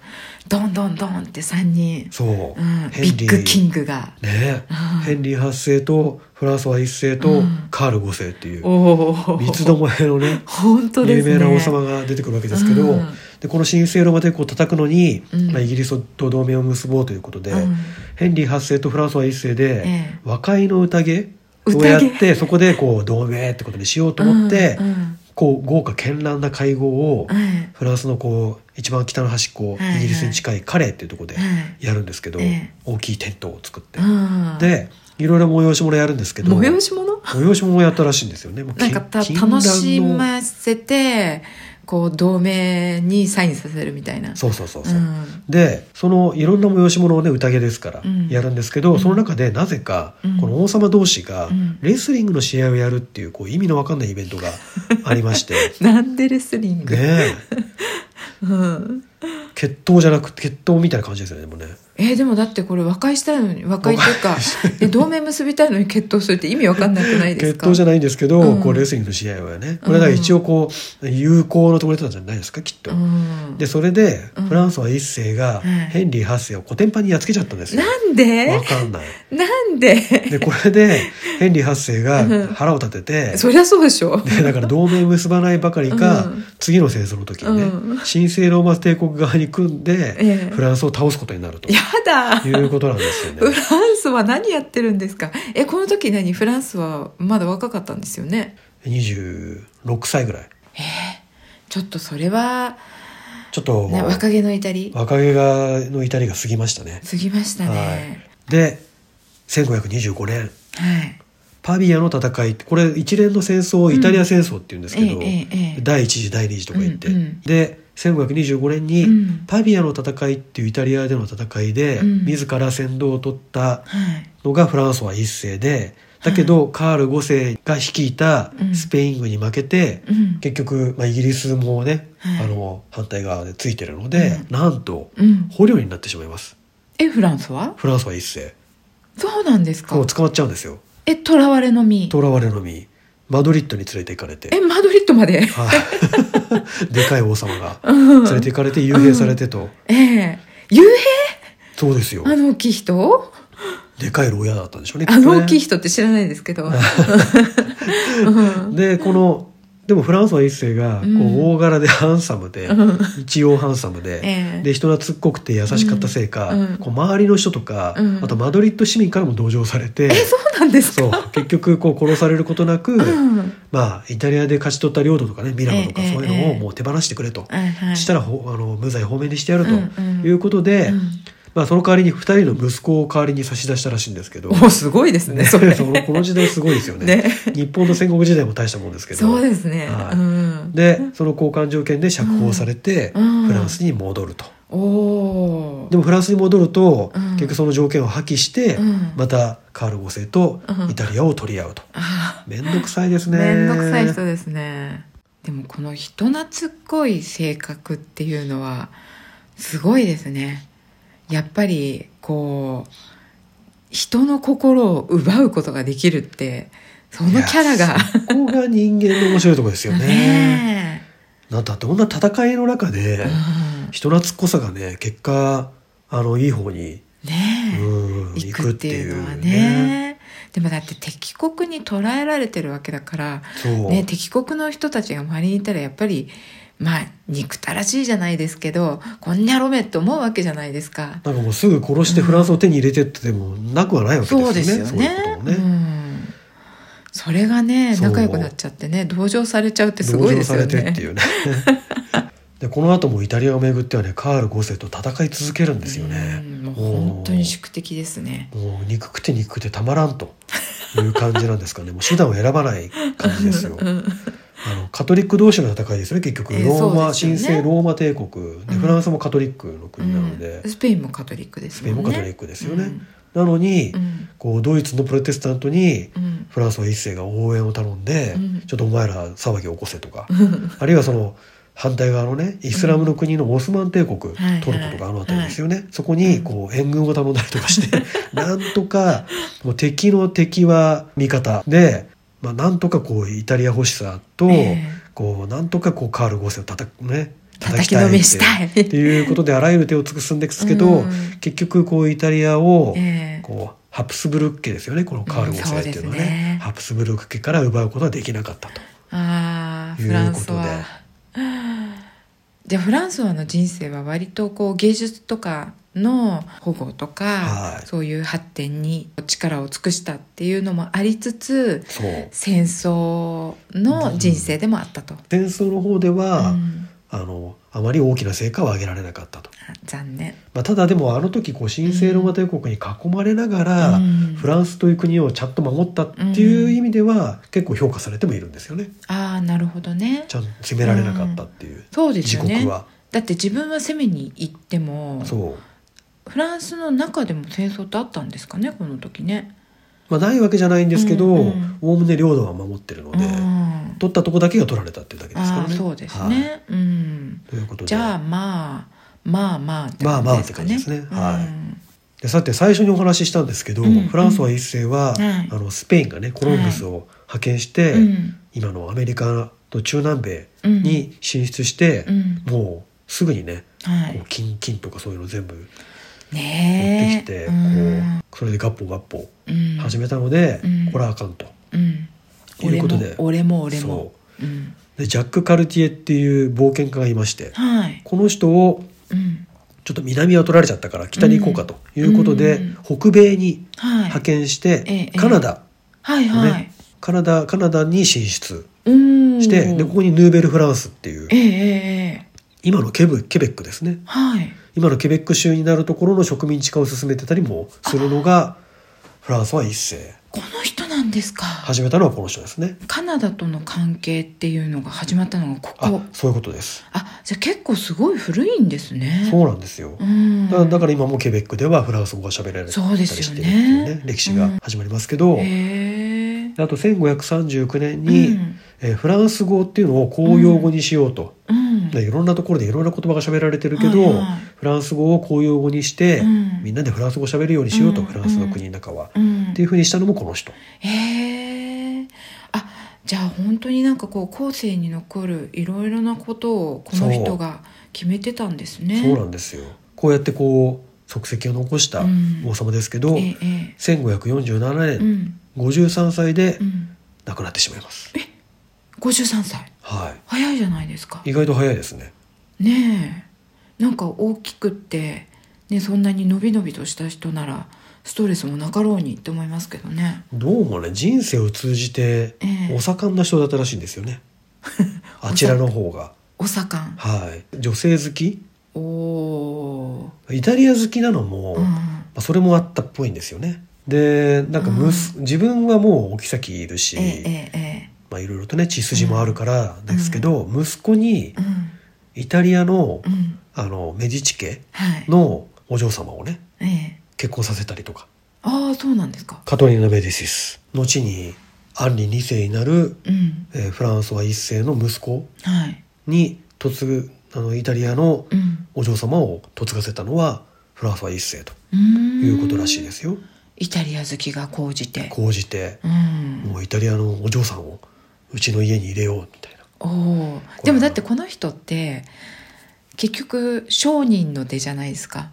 S1: どんどんどんって三人、
S2: そう、
S1: うん、
S2: ヘ
S1: ビ
S2: ンリ
S1: ッ
S2: ー
S1: グキングが。
S2: ね
S1: うん
S2: ヘンリー8世とフランソワ1世
S1: う
S2: と
S1: ん
S2: カール5世っていう、
S1: おお
S2: 三つどもえ のね
S1: 本当で
S2: 有
S1: すね。
S2: 名な王様が出てくるわけですけど、
S1: うん
S2: でこの神聖ローマ帝国を叩くのに、
S1: うん
S2: まあ、イギリスと同盟を結ぼうということで、
S1: うん
S2: ヘンリー8世とフランソワ1世で、
S1: ええ
S2: 和解の宴を
S1: 宴
S2: やってそこでこう同盟ってことにしようと思って、
S1: うんうん
S2: こう豪華絢爛な会合を、
S1: はい
S2: フランスのこう一番北の端っこ、
S1: はいはい
S2: イギリスに近いカレーっていうところで
S1: はい
S2: やるんですけど、
S1: ええ
S2: 大きいテントを作って、
S1: うん
S2: でいろいろ催し物やるんですけど
S1: 催し物
S2: 催し物もやったらしいんですよねもう
S1: なんかた
S2: 禁禁断の
S1: 楽しませてこう同盟にサインさせるみたいな
S2: そうそうそうそう、
S1: ん
S2: でそのいろんな催し物をね宴ですから
S1: うん
S2: やるんですけど、
S1: うん
S2: その中でなぜか、
S1: うん
S2: この王様同士が
S1: うん
S2: レスリングの試合をやるっていうこう意味のわかんないイベントがありまして
S1: なんでレスリング、
S2: ね
S1: う
S2: え
S1: ん、
S2: 決闘じゃなくて決闘みたいな感じですよねでもね
S1: えーでもだってこれ和解したいのに和解っていうかえ同盟結びたいのに決闘するって意味わかんなくないです
S2: 決
S1: か
S2: 闘じゃないんですけど、
S1: うん
S2: こうレスリングの試合はねこれだから一応こう友好の友達なんじゃないですかきっと、
S1: うん
S2: でそれで
S1: うん
S2: フランスは一世が
S1: うん
S2: ヘンリー8世をコテンパンにやっつけちゃったんですよ、
S1: なんで
S2: わかんない
S1: なんで
S2: でこれでヘンリー8世
S1: うん
S2: が腹を立てて、
S1: そりゃそうでしょ
S2: でだから同盟結ばないばかりか、
S1: うん
S2: 次の戦争の時にね、
S1: うん
S2: 神聖ローマ帝国側に組んで、
S1: ええ
S2: フランスを倒すことになると
S1: やだ
S2: いうことなんですよ
S1: フ
S2: ね。
S1: ランスは何やってるんですかえこの時何フランスはまだ若かったんですよね
S2: 26歳ぐらい
S1: ちょっとそれは、
S2: ちょっと、
S1: ね、若気の至り
S2: 若気がの至りが過ぎましたね。
S1: 過ぎましたね
S2: はい、で1525年
S1: はい、
S2: パビアの戦いってこれ一連の戦争をイタリア戦争って言うんですけど、
S1: ええええええ
S2: 第一次第二次とか言って、
S1: うんうん
S2: で1525年に、
S1: うん
S2: パビアの戦いっていうイタリアでの戦いで、
S1: うん
S2: 自ら先導を取った
S1: はい、
S2: のがフランソワ一世でだけど、カール5世が率いたスペイン軍に負けて、
S1: うん
S2: 結局、まあ、イギリスもね、
S1: はい
S2: あの反対側でついてるので、
S1: う
S2: なんと
S1: うん、
S2: 捕虜になってしまいます
S1: えフランスは
S2: フランソワ一世
S1: そうなんですか
S2: もう捕まっちゃうんですよ
S1: え囚われの身
S2: 囚われの身マドリッドに連れて行かれて
S1: えマドリッドまで
S2: はい、 でかい王様が
S1: うん
S2: 連れて行かれて幽閉されてと、
S1: ええ幽
S2: そうですよ
S1: 閉あの大きい人
S2: でかい牢屋だったんでしょうね
S1: あの大きい
S2: きっ
S1: 人って知らないですけど、うん
S2: とね でこのでもフランスは一世がこ
S1: うん
S2: う大柄でハンサムで、
S1: うん
S2: 一応ハンサムで、
S1: ええ
S2: で人懐っこくて優しかったせいか、
S1: うん
S2: こう周りの人とか、
S1: うん
S2: あとマドリッド市民からも同情されて
S1: えそうなんです
S2: そ
S1: か
S2: う結局こう殺されることなく、
S1: うん
S2: まあイタリアで勝ち取った領土とかねミラノとか
S1: ええ
S2: そういうの
S1: え
S2: を
S1: え
S2: もう手放してくれと、
S1: はいはい
S2: したらほあの無罪放免にしてやると
S1: うんうん
S2: いうことで、
S1: うん
S2: まあ、その代わりに2人の息子を代わりに差し出したらしいんですけど、
S1: おすごいですねそれ
S2: そのこの時代すごいですよね
S1: ね
S2: 日本の戦国時代も大したもんですけど
S1: そうですね、
S2: はい
S1: うん
S2: でその交換条件で釈放されて、
S1: うんうん
S2: フランスに戻ると
S1: おお
S2: でもフランスに戻ると、
S1: うん
S2: 結局その条件を破棄して、
S1: うん
S2: またカール5世と
S1: うん
S2: イタリアを取り合うと、
S1: あ
S2: めんどくさいですね
S1: めんどくさい人ですねでもこの人懐っこい性格っていうのはすごいですねやっぱりこう人の心を奪うことができるってそのキャラ
S2: いや
S1: が
S2: そこが人間の面白いところですよね
S1: ね
S2: なんだってこんな戦いの中で、
S1: え、うん
S2: 人懐っこさがね結果あのいい方に
S1: ねえ
S2: うん
S1: 行
S2: 行
S1: く
S2: く
S1: っ
S2: ってて
S1: い
S2: いう
S1: のは
S2: う
S1: ねでもだって敵国に捕らえられてるわけだから、
S2: そう、
S1: ね、敵国の人たちが周りにいたらやっぱりまあ憎たらしいじゃないですけどこんにゃろめって思うわけじゃないですか。
S2: なんかもうすぐ殺してフランスを手に入れてってでもなくはないわけです
S1: そ
S2: よ
S1: う
S2: ね。
S1: ですよ
S2: そうい
S1: ね
S2: うこ
S1: う
S2: ともね。
S1: ん、それがね
S2: そう
S1: 仲良くなっちゃってね同情されちゃうってすごいですよ
S2: 同情されてって
S1: ね。
S2: いうね でこの後もイタリアを巡ってはねカール5世と戦い続けるんですよね
S1: うんもう本当に宿敵ですね。
S2: もう憎くて憎くてたまらんという感じなんですかね もう手段を選ばない感じ ですよ
S1: うんうん
S2: あのカトリック同士の戦いですね結局
S1: えー
S2: ローマ、
S1: そう
S2: 神
S1: ですよね
S2: 聖ローマ帝国で
S1: うん
S2: フランスもカトリックの国なので、
S1: うんスペインもカトリックです
S2: ス
S1: も
S2: ペイ
S1: ん
S2: ン
S1: ね。
S2: もカトリックですよね、
S1: うん
S2: なのに、
S1: うん
S2: こうドイツのプロテスタントに
S1: うん
S2: フランスは一世が応援を頼んで、
S1: うん
S2: ちょっとお前ら騒ぎ起こせとか、あるいはその反対側のねイスラムの国のオスマン帝国、
S1: はい
S2: トルコとかあの辺りですよね、そこにこう援軍を頼んだりとかして なんとかもう敵の敵は味方で、まあ、なんとかこうイタリア欲しさと、
S1: ええ
S2: こうなんとかこうカール5世を叩くね
S1: 叩きのめしたい。
S2: っていうことであらゆる手を尽くすんですけど、
S1: うん
S2: 結局こうイタリアを、
S1: ええ
S2: こうハプスブルク家ですよねこのカール5世っていうの
S1: うんそう
S2: はね,、
S1: ですね
S2: ハプスブルク家から奪うことはできなかったと。
S1: ああ
S2: いう
S1: フランス
S2: こと
S1: は
S2: で
S1: じゃあフランスはの人生は割とこう芸術とかの保護とか、
S2: はい
S1: そういう発展に力を尽くしたっていうのもありつつ
S2: そう
S1: 戦争の人生でもあったと、
S2: 戦争の方では、
S1: うん
S2: あのあまり大きな成果は上げられなかったと、
S1: あ残念
S2: まあ、ただでもあの時こう神聖ローマ帝国に囲まれながら、
S1: うん
S2: フランスという国をちゃんと守ったっていう意味では、結構評価されてもいるんですよね
S1: ああなるほどね
S2: ちゃんと攻められなかったっていう、
S1: そうです
S2: 自
S1: よね
S2: 国は、
S1: だって自分は攻めに行っても
S2: そう、
S1: フランスの中でも戦争ってあったんですかねこの時ね。
S2: まあ、ないわけじゃないんですけど
S1: うんうん
S2: おおむね領土は守ってるので、
S1: うん
S2: 取ったとこだけが取られたっていうだけですから
S1: あ
S2: ね
S1: あそうです
S2: はい
S1: ね、うん
S2: ということで
S1: じゃあまあまあまあって
S2: まあ
S1: 感
S2: ま
S1: じ
S2: あ
S1: で
S2: っ
S1: す
S2: て
S1: か
S2: 感じ
S1: ね
S2: ですねはい
S1: い
S2: でさて最初にお話ししたんですけど、
S1: うん
S2: フランスは一世は、
S1: はい
S2: あのスペインがねコロンブスを派遣して、
S1: うん
S2: 今のアメリカと中南米に進出して、
S1: うん
S2: もうすぐにね、
S1: は
S2: こう金金とかそういうの全部持っ
S1: い
S2: て
S1: ね
S2: き
S1: え
S2: て、
S1: うん
S2: こうそれでガッポガッポ
S1: うん
S2: 始めたので、
S1: うん
S2: これはあかんと
S1: うん
S2: いうことで、
S1: 俺も俺も俺も、
S2: そう
S1: ん、
S2: うでジャック・カルティエっていう冒険家がいまして、
S1: はい、
S2: この人を
S1: うん、
S2: ちょっと南は取られちゃったから北に行こうかということで、
S1: うん
S2: 北米に
S1: はい
S2: 派遣して、
S1: ええ
S2: カナダ、
S1: はい
S2: ね
S1: はい、
S2: カナダカナダに進出
S1: うん
S2: してでここにヌーベル・フランスっていう
S1: ええええええ
S2: 今のケブケベックですね
S1: はい
S2: 今のケベック州になるところの植民地化を進めてたりもするのがフランスは一世
S1: この人なんですか
S2: 始めたのはこの人ですね
S1: カナダとの関係っていうのが始まったのがここ
S2: あそういうことです
S1: あじゃあ結構すごい古いんですね
S2: そうなんですよ
S1: うん
S2: だだから今もケベックではフランス語が喋られたり
S1: そうで
S2: し
S1: す
S2: て
S1: よ
S2: るっ
S1: ね
S2: ていうね歴史が始まりますけど、
S1: へえ
S2: あと1539年に、
S1: うん
S2: えーフランス語っていうのを公用語にしようと、
S1: うん
S2: ねいろんなところでいろんな言葉が喋られてるけど、
S1: はいはい
S2: フランス語を公用語にして、
S1: うん
S2: みんなでフランス語喋るようにしようと、
S1: うん
S2: フランスの国の中は、
S1: うん
S2: っていうふうにしたのもこの人
S1: へえあじゃあ本当になんかこう後世に残るいろいろなことをこの人が決めてたんですね
S2: そうなんですよこうやってこう足跡を残した
S1: うん
S2: 王様ですけど、
S1: ええええ
S2: 1547
S1: う
S2: 年、
S1: ん
S2: 53歳で
S1: うん
S2: 亡くなってしまいます、
S1: 53歳
S2: は
S1: 早いじゃないですか
S2: い意外と早いですね
S1: ねえなんか大きくって、ね、そんなに伸び伸びとした人ならストレスもなかろうにって思いますけどね
S2: どうもね人生を通じて
S1: ええ
S2: お盛んな人だったらしいんです よね、あちらの方が
S1: お盛
S2: はい女性好き
S1: んおお
S2: イタリア好きなのも、
S1: ー、うん、あ
S2: まあ、それもあったっぽいんですよねでなんかむす、自分はもうお妃いるし、
S1: ええええ
S2: まあ、いろいろとね血筋もあるからですけど、息子
S1: え
S2: に
S1: うん
S2: イタリアの,、
S1: うん
S2: あのメディチ家
S1: はい
S2: のお嬢様をね
S1: ええ
S2: 結婚させたりとか
S1: ああそうなんですか
S2: カトリーナ・メディシス後にアンリ2世になる、
S1: うん
S2: えーフランソワ1世の息子
S1: はい
S2: に嫁ぐあのイタリアの
S1: うん
S2: お嬢様を嫁がせたのはフランソワ1世と
S1: うーん
S2: いうことらしいですよ。
S1: イタリア好きが高じて
S2: こうじて
S1: うん
S2: もうイタリアのお嬢さんをうちの家に入れようみたいな。
S1: おおーでもだってこの人って結局商人の出じゃないですか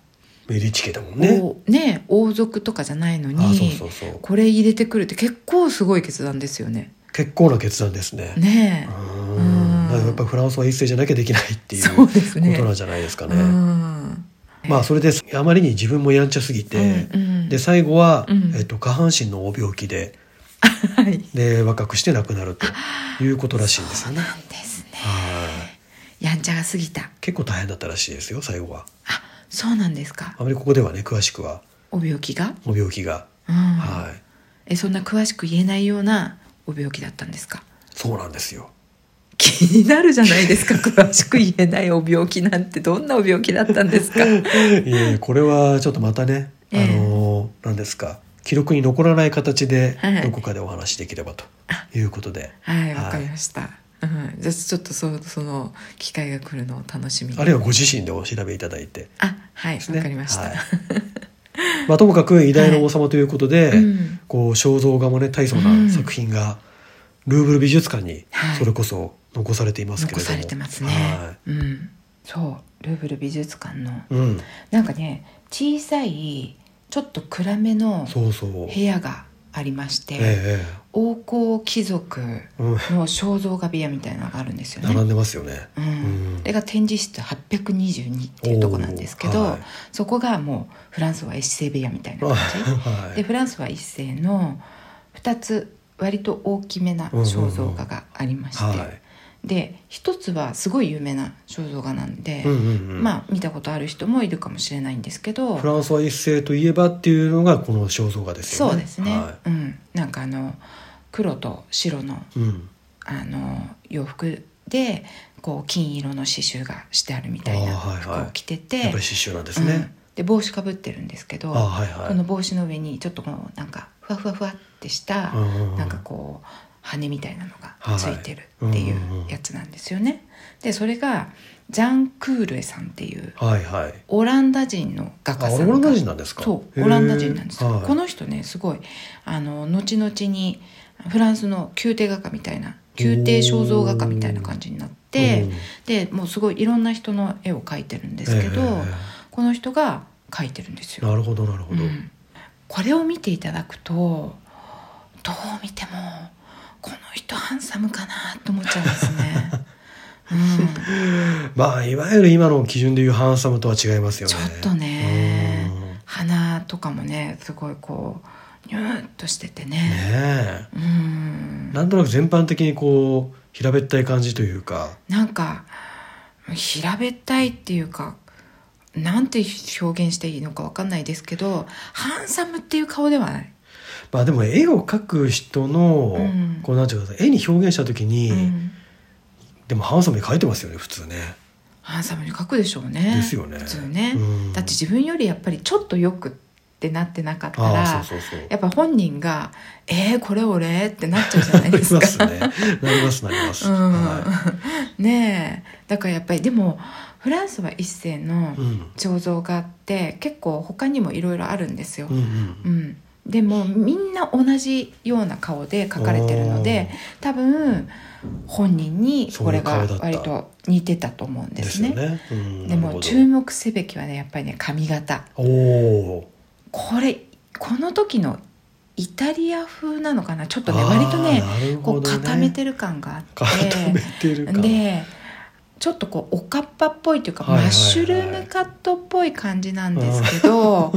S2: メディチ家だもんね。
S1: おね王族とかじゃないのに
S2: あ、そうそうそう。
S1: これ入れてくるって結構すごい決断ですよね。
S2: 結構な決断ですね。
S1: ね
S2: う
S1: え
S2: ー
S1: うん
S2: ん。だからやっぱりフランスは一世じゃなきゃできないっていう
S1: そう
S2: こ
S1: です
S2: と
S1: ね
S2: なんじゃないですか
S1: う
S2: ね。
S1: ん
S2: まあそれです。あまりに自分もやんちゃすぎて、
S1: うんうん
S2: で最後は
S1: うん
S2: えっと下半身の大病気で
S1: はい。
S2: で若くして亡くなるということらしいんですよね。
S1: なんですね。
S2: はい
S1: やんちゃが過ぎた。
S2: 結構大変だったらしいですよ最後は。
S1: あ、そうなんですか。
S2: あまりここではね詳しくは
S1: お病気が。
S2: お病気が、
S1: うん。
S2: はい
S1: え、そんな詳しく言えないようなお病気だったんですか。
S2: そうなんですよ。
S1: 気になるじゃないですか。 詳しく言えないお病気なんてどんなお病気だったんです か。
S2: いやいやこれはちょっとまたね、あ
S1: ええ
S2: のー、なんですか記録に残らない形で
S1: はい
S2: どこかでお話しできればということで、
S1: はい、わかりました。うん、じゃあちょっとそうその機会が来るのを楽しみに
S2: あるいはご自身でお調べいただいて
S1: あはい
S2: で
S1: わ、
S2: すね。
S1: かりました、
S2: はいまあ、ともかく偉大な王様ということで、
S1: うん
S2: こう肖像画もね大層
S1: うん
S2: な作品が、ルーブル美術館に
S1: はい
S2: それこそ残されていますけ
S1: 残
S2: れども、
S1: されてますね、
S2: は
S1: うん、そうルーブル美術館の
S2: い、うん、
S1: なんかね小さいちょっと暗めの
S2: そうそう、
S1: 部屋がありまして、
S2: え
S1: 王侯貴族
S2: えええうん、
S1: の肖像画部屋みたいなのがあるんですよね
S2: 並んでますよね。
S1: うん
S2: うん
S1: これが展示室822っていうとこなんですけど、
S2: おーはい
S1: そこがもうフランス は一世部屋みたいな感
S2: あは
S1: じで
S2: い、
S1: フランスは一世の2つ割と大きめな肖像画がありまして、
S2: はい、
S1: で一つはすごい有名な肖像画なんで、
S2: うんうんうん、
S1: まあ見たことある人もいるかもしれないんですけど
S2: フランソワ一世といえばっていうのがこの肖像画ですよね。
S1: そうですね、
S2: は
S1: うん、なんかあの黒と白の
S2: い、うん、
S1: あの洋服でこう金色の刺繍がしてあるみたいな
S2: あーはい
S1: 服
S2: はい
S1: を着てて、
S2: やっぱり刺繍なんで
S1: う
S2: す
S1: ん
S2: ね。
S1: で帽子かぶってるんですけど、
S2: あはいはい
S1: この帽子の上にちょっとこうなんかふわふわふわってした、
S2: うんうんうん
S1: なんかこう羽みたいなのがついてるっていうやつなんですよね。でそれがジャン・クールエさんっていう
S2: はいはい。
S1: オランダ人の画家
S2: あ
S1: さん
S2: オ
S1: が
S2: ランダ人なんですか。
S1: そう
S2: へー
S1: オランダ人なんですよ、
S2: はい、
S1: この人ねすごいあの後々にフランスの宮廷画家みたいな宮廷肖像画家みたいな感じになって
S2: うん
S1: でもうすごいいろんな人の絵を描いてるんですけど、
S2: え
S1: この人が描いてるんです
S2: え
S1: よ、
S2: なるほどなるほ
S1: う
S2: ど。
S1: んこれを見ていただくとどう見てもこの人ハンサムかなと思っちゃうんですね、 うん、
S2: まあいわゆる今の基準でいうハンサムとは違いますよ
S1: ち
S2: ね。
S1: ょっとね
S2: うん
S1: 鼻とかもねすごいこうニューッとしててね
S2: ね
S1: う
S2: え。
S1: ん
S2: なんとなく全般的にこう平べったい感じというか。
S1: なんか平べったいっていうかなんて表現していいのかわかんないですけどハンサムっていう顔ではない、
S2: まあでも絵を描く人の、
S1: うん
S2: こうなんていうか絵に表現した時に、
S1: うん
S2: でもハンサムに描いてますよね普通ね。
S1: ハンサムに描くでしょうね
S2: ですよね
S1: 普通ね、
S2: うん
S1: だって自分よりやっぱりちょっとよくってなってなかったら
S2: ああそうそうそう。
S1: やっぱ本人が「えー、これ俺?」ってなっちゃうじゃないです
S2: な
S1: か
S2: り ますね。なりますなります。
S1: うん
S2: は
S1: ねえだからやっぱりでもフランスは一世の
S2: い。うん。
S1: 醸造があって結構他にもいろいろあるんですよ
S2: う、んうん
S1: う。ん、でもみんな同じような顔で描かれてるので多分本人にこれが
S2: そういう顔だ
S1: 割
S2: った
S1: と似てたと思うんですね
S2: よね。うん
S1: で
S2: なる
S1: も
S2: ほど
S1: 注目すべきはねやっぱりね髪型
S2: おお。
S1: これこの時のイタリア風なのかなちょっとね割とね
S2: あーなる
S1: こ
S2: ほ
S1: う
S2: どね
S1: 固めてる感があって
S2: 固めてるか。
S1: でちょっとこうおかっぱっぽいというか、
S2: はいはいはい
S1: マッシュルームカットっぽい感じなんですけど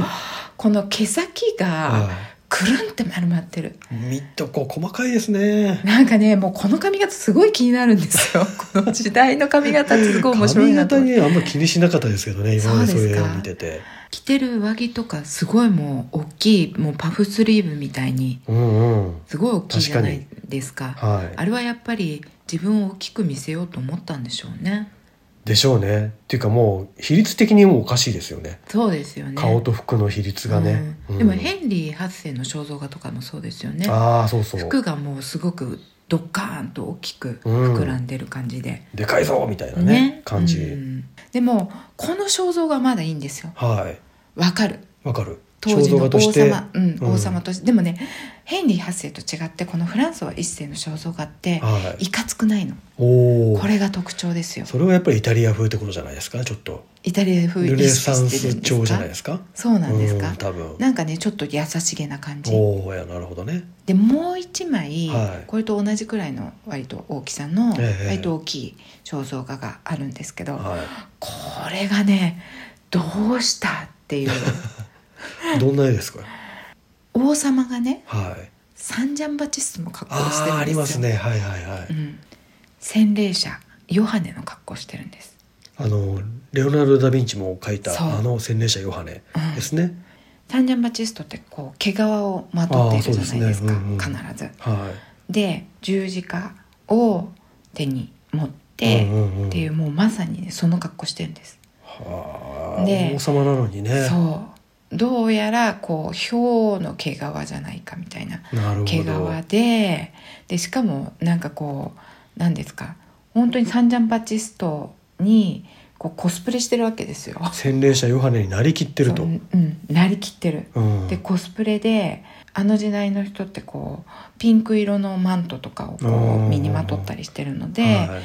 S1: この毛先が
S2: は
S1: くるんって丸まってる
S2: い。ミッドこう細かいですね。
S1: なんかねもうこの髪型すごい気になるんです よこの時代の髪型ってすごい面白い
S2: 髪
S1: なと
S2: 型
S1: 思って
S2: にあんま気にしなかったですけどね。今まで
S1: そ
S2: そうう
S1: です
S2: い
S1: か
S2: うのを見てて。
S1: 着てる上着とかすごいもう大きいもうパフスリーブみたいに
S2: うんうん。
S1: すごい大きいじゃないですか
S2: は
S1: あれはやっぱり自分を大きく見せようと思ったんでしょうね
S2: い。でしょうね。っていうかもう比率的にもうおかしいですよね。
S1: そうですよね
S2: 顔と服の比率がね。
S1: うん
S2: うん
S1: でもヘンリー8世の肖像画とかもそうですよね
S2: ああそうそう。
S1: 服がもうすごくドッカーンと大きく
S2: うん
S1: 膨らんでる感じで、
S2: でかいぞみたいなね感
S1: う
S2: じ。
S1: んでもこの肖像画まだいいんですよ
S2: はい。
S1: わかる
S2: わかる。
S1: 当時の
S2: 肖像画
S1: 王
S2: として
S1: 様、うん、
S2: うん
S1: 王様としてでもねヘンリー8世と違ってこのフランスは1世の肖像画って
S2: はい。
S1: いかつくないの
S2: おお。
S1: これが特徴ですよ
S2: それはやっぱりイタリア風ってことじゃないですか。ちょっと
S1: イタリア風
S2: ル
S1: 意
S2: ネ
S1: 識
S2: サン
S1: して
S2: ス
S1: るんで
S2: 調
S1: す
S2: じゃ
S1: か
S2: ないですか。
S1: そうなんです
S2: う
S1: か
S2: 多分。
S1: なんかねちょっと優しげな感じ
S2: おおやなるほどね。
S1: でもう一枚、
S2: はい
S1: これと同じくらいの割と大きさの
S2: ええ
S1: 割と大きい肖像画があるんですけど、
S2: は
S1: これがねどうした っていう
S2: い。どんな絵ですか。
S1: 王様がね
S2: はい。
S1: サンジャンバチストの格好をして
S2: あ
S1: る
S2: あ
S1: ん
S2: り
S1: で
S2: ますす
S1: よ、
S2: ねはいはいは
S1: う
S2: い、
S1: ん、洗礼者ヨハネの格好をしてるんです、
S2: あのレオナルド・ダ・ヴィンチも描いた
S1: そう
S2: あの洗礼者ヨハネ
S1: うん
S2: ですね、
S1: サンジャンバチストってこう毛皮をまとっているじゃないですか
S2: あーそうですね
S1: 必ず
S2: はい
S1: で十字架を手に持って、
S2: うんうんうん
S1: っていうもうまさにねその格好してるんです、
S2: はあ、
S1: で
S2: 王様なのにね
S1: そうどうやらこうヒョウの毛皮じゃないかみたいな
S2: なるほど
S1: 毛皮ででしかもなんかこう何ですか本当にサンジャンバチストにこうコスプレしてるわけですよ。
S2: 洗礼者ヨハネになりきってる
S1: そ
S2: と
S1: ううん、なりきってる。
S2: うん
S1: でコスプレであの時代の人ってこうピンク色のマントとかをこ
S2: あー
S1: う身にまとったりしてるので、
S2: はい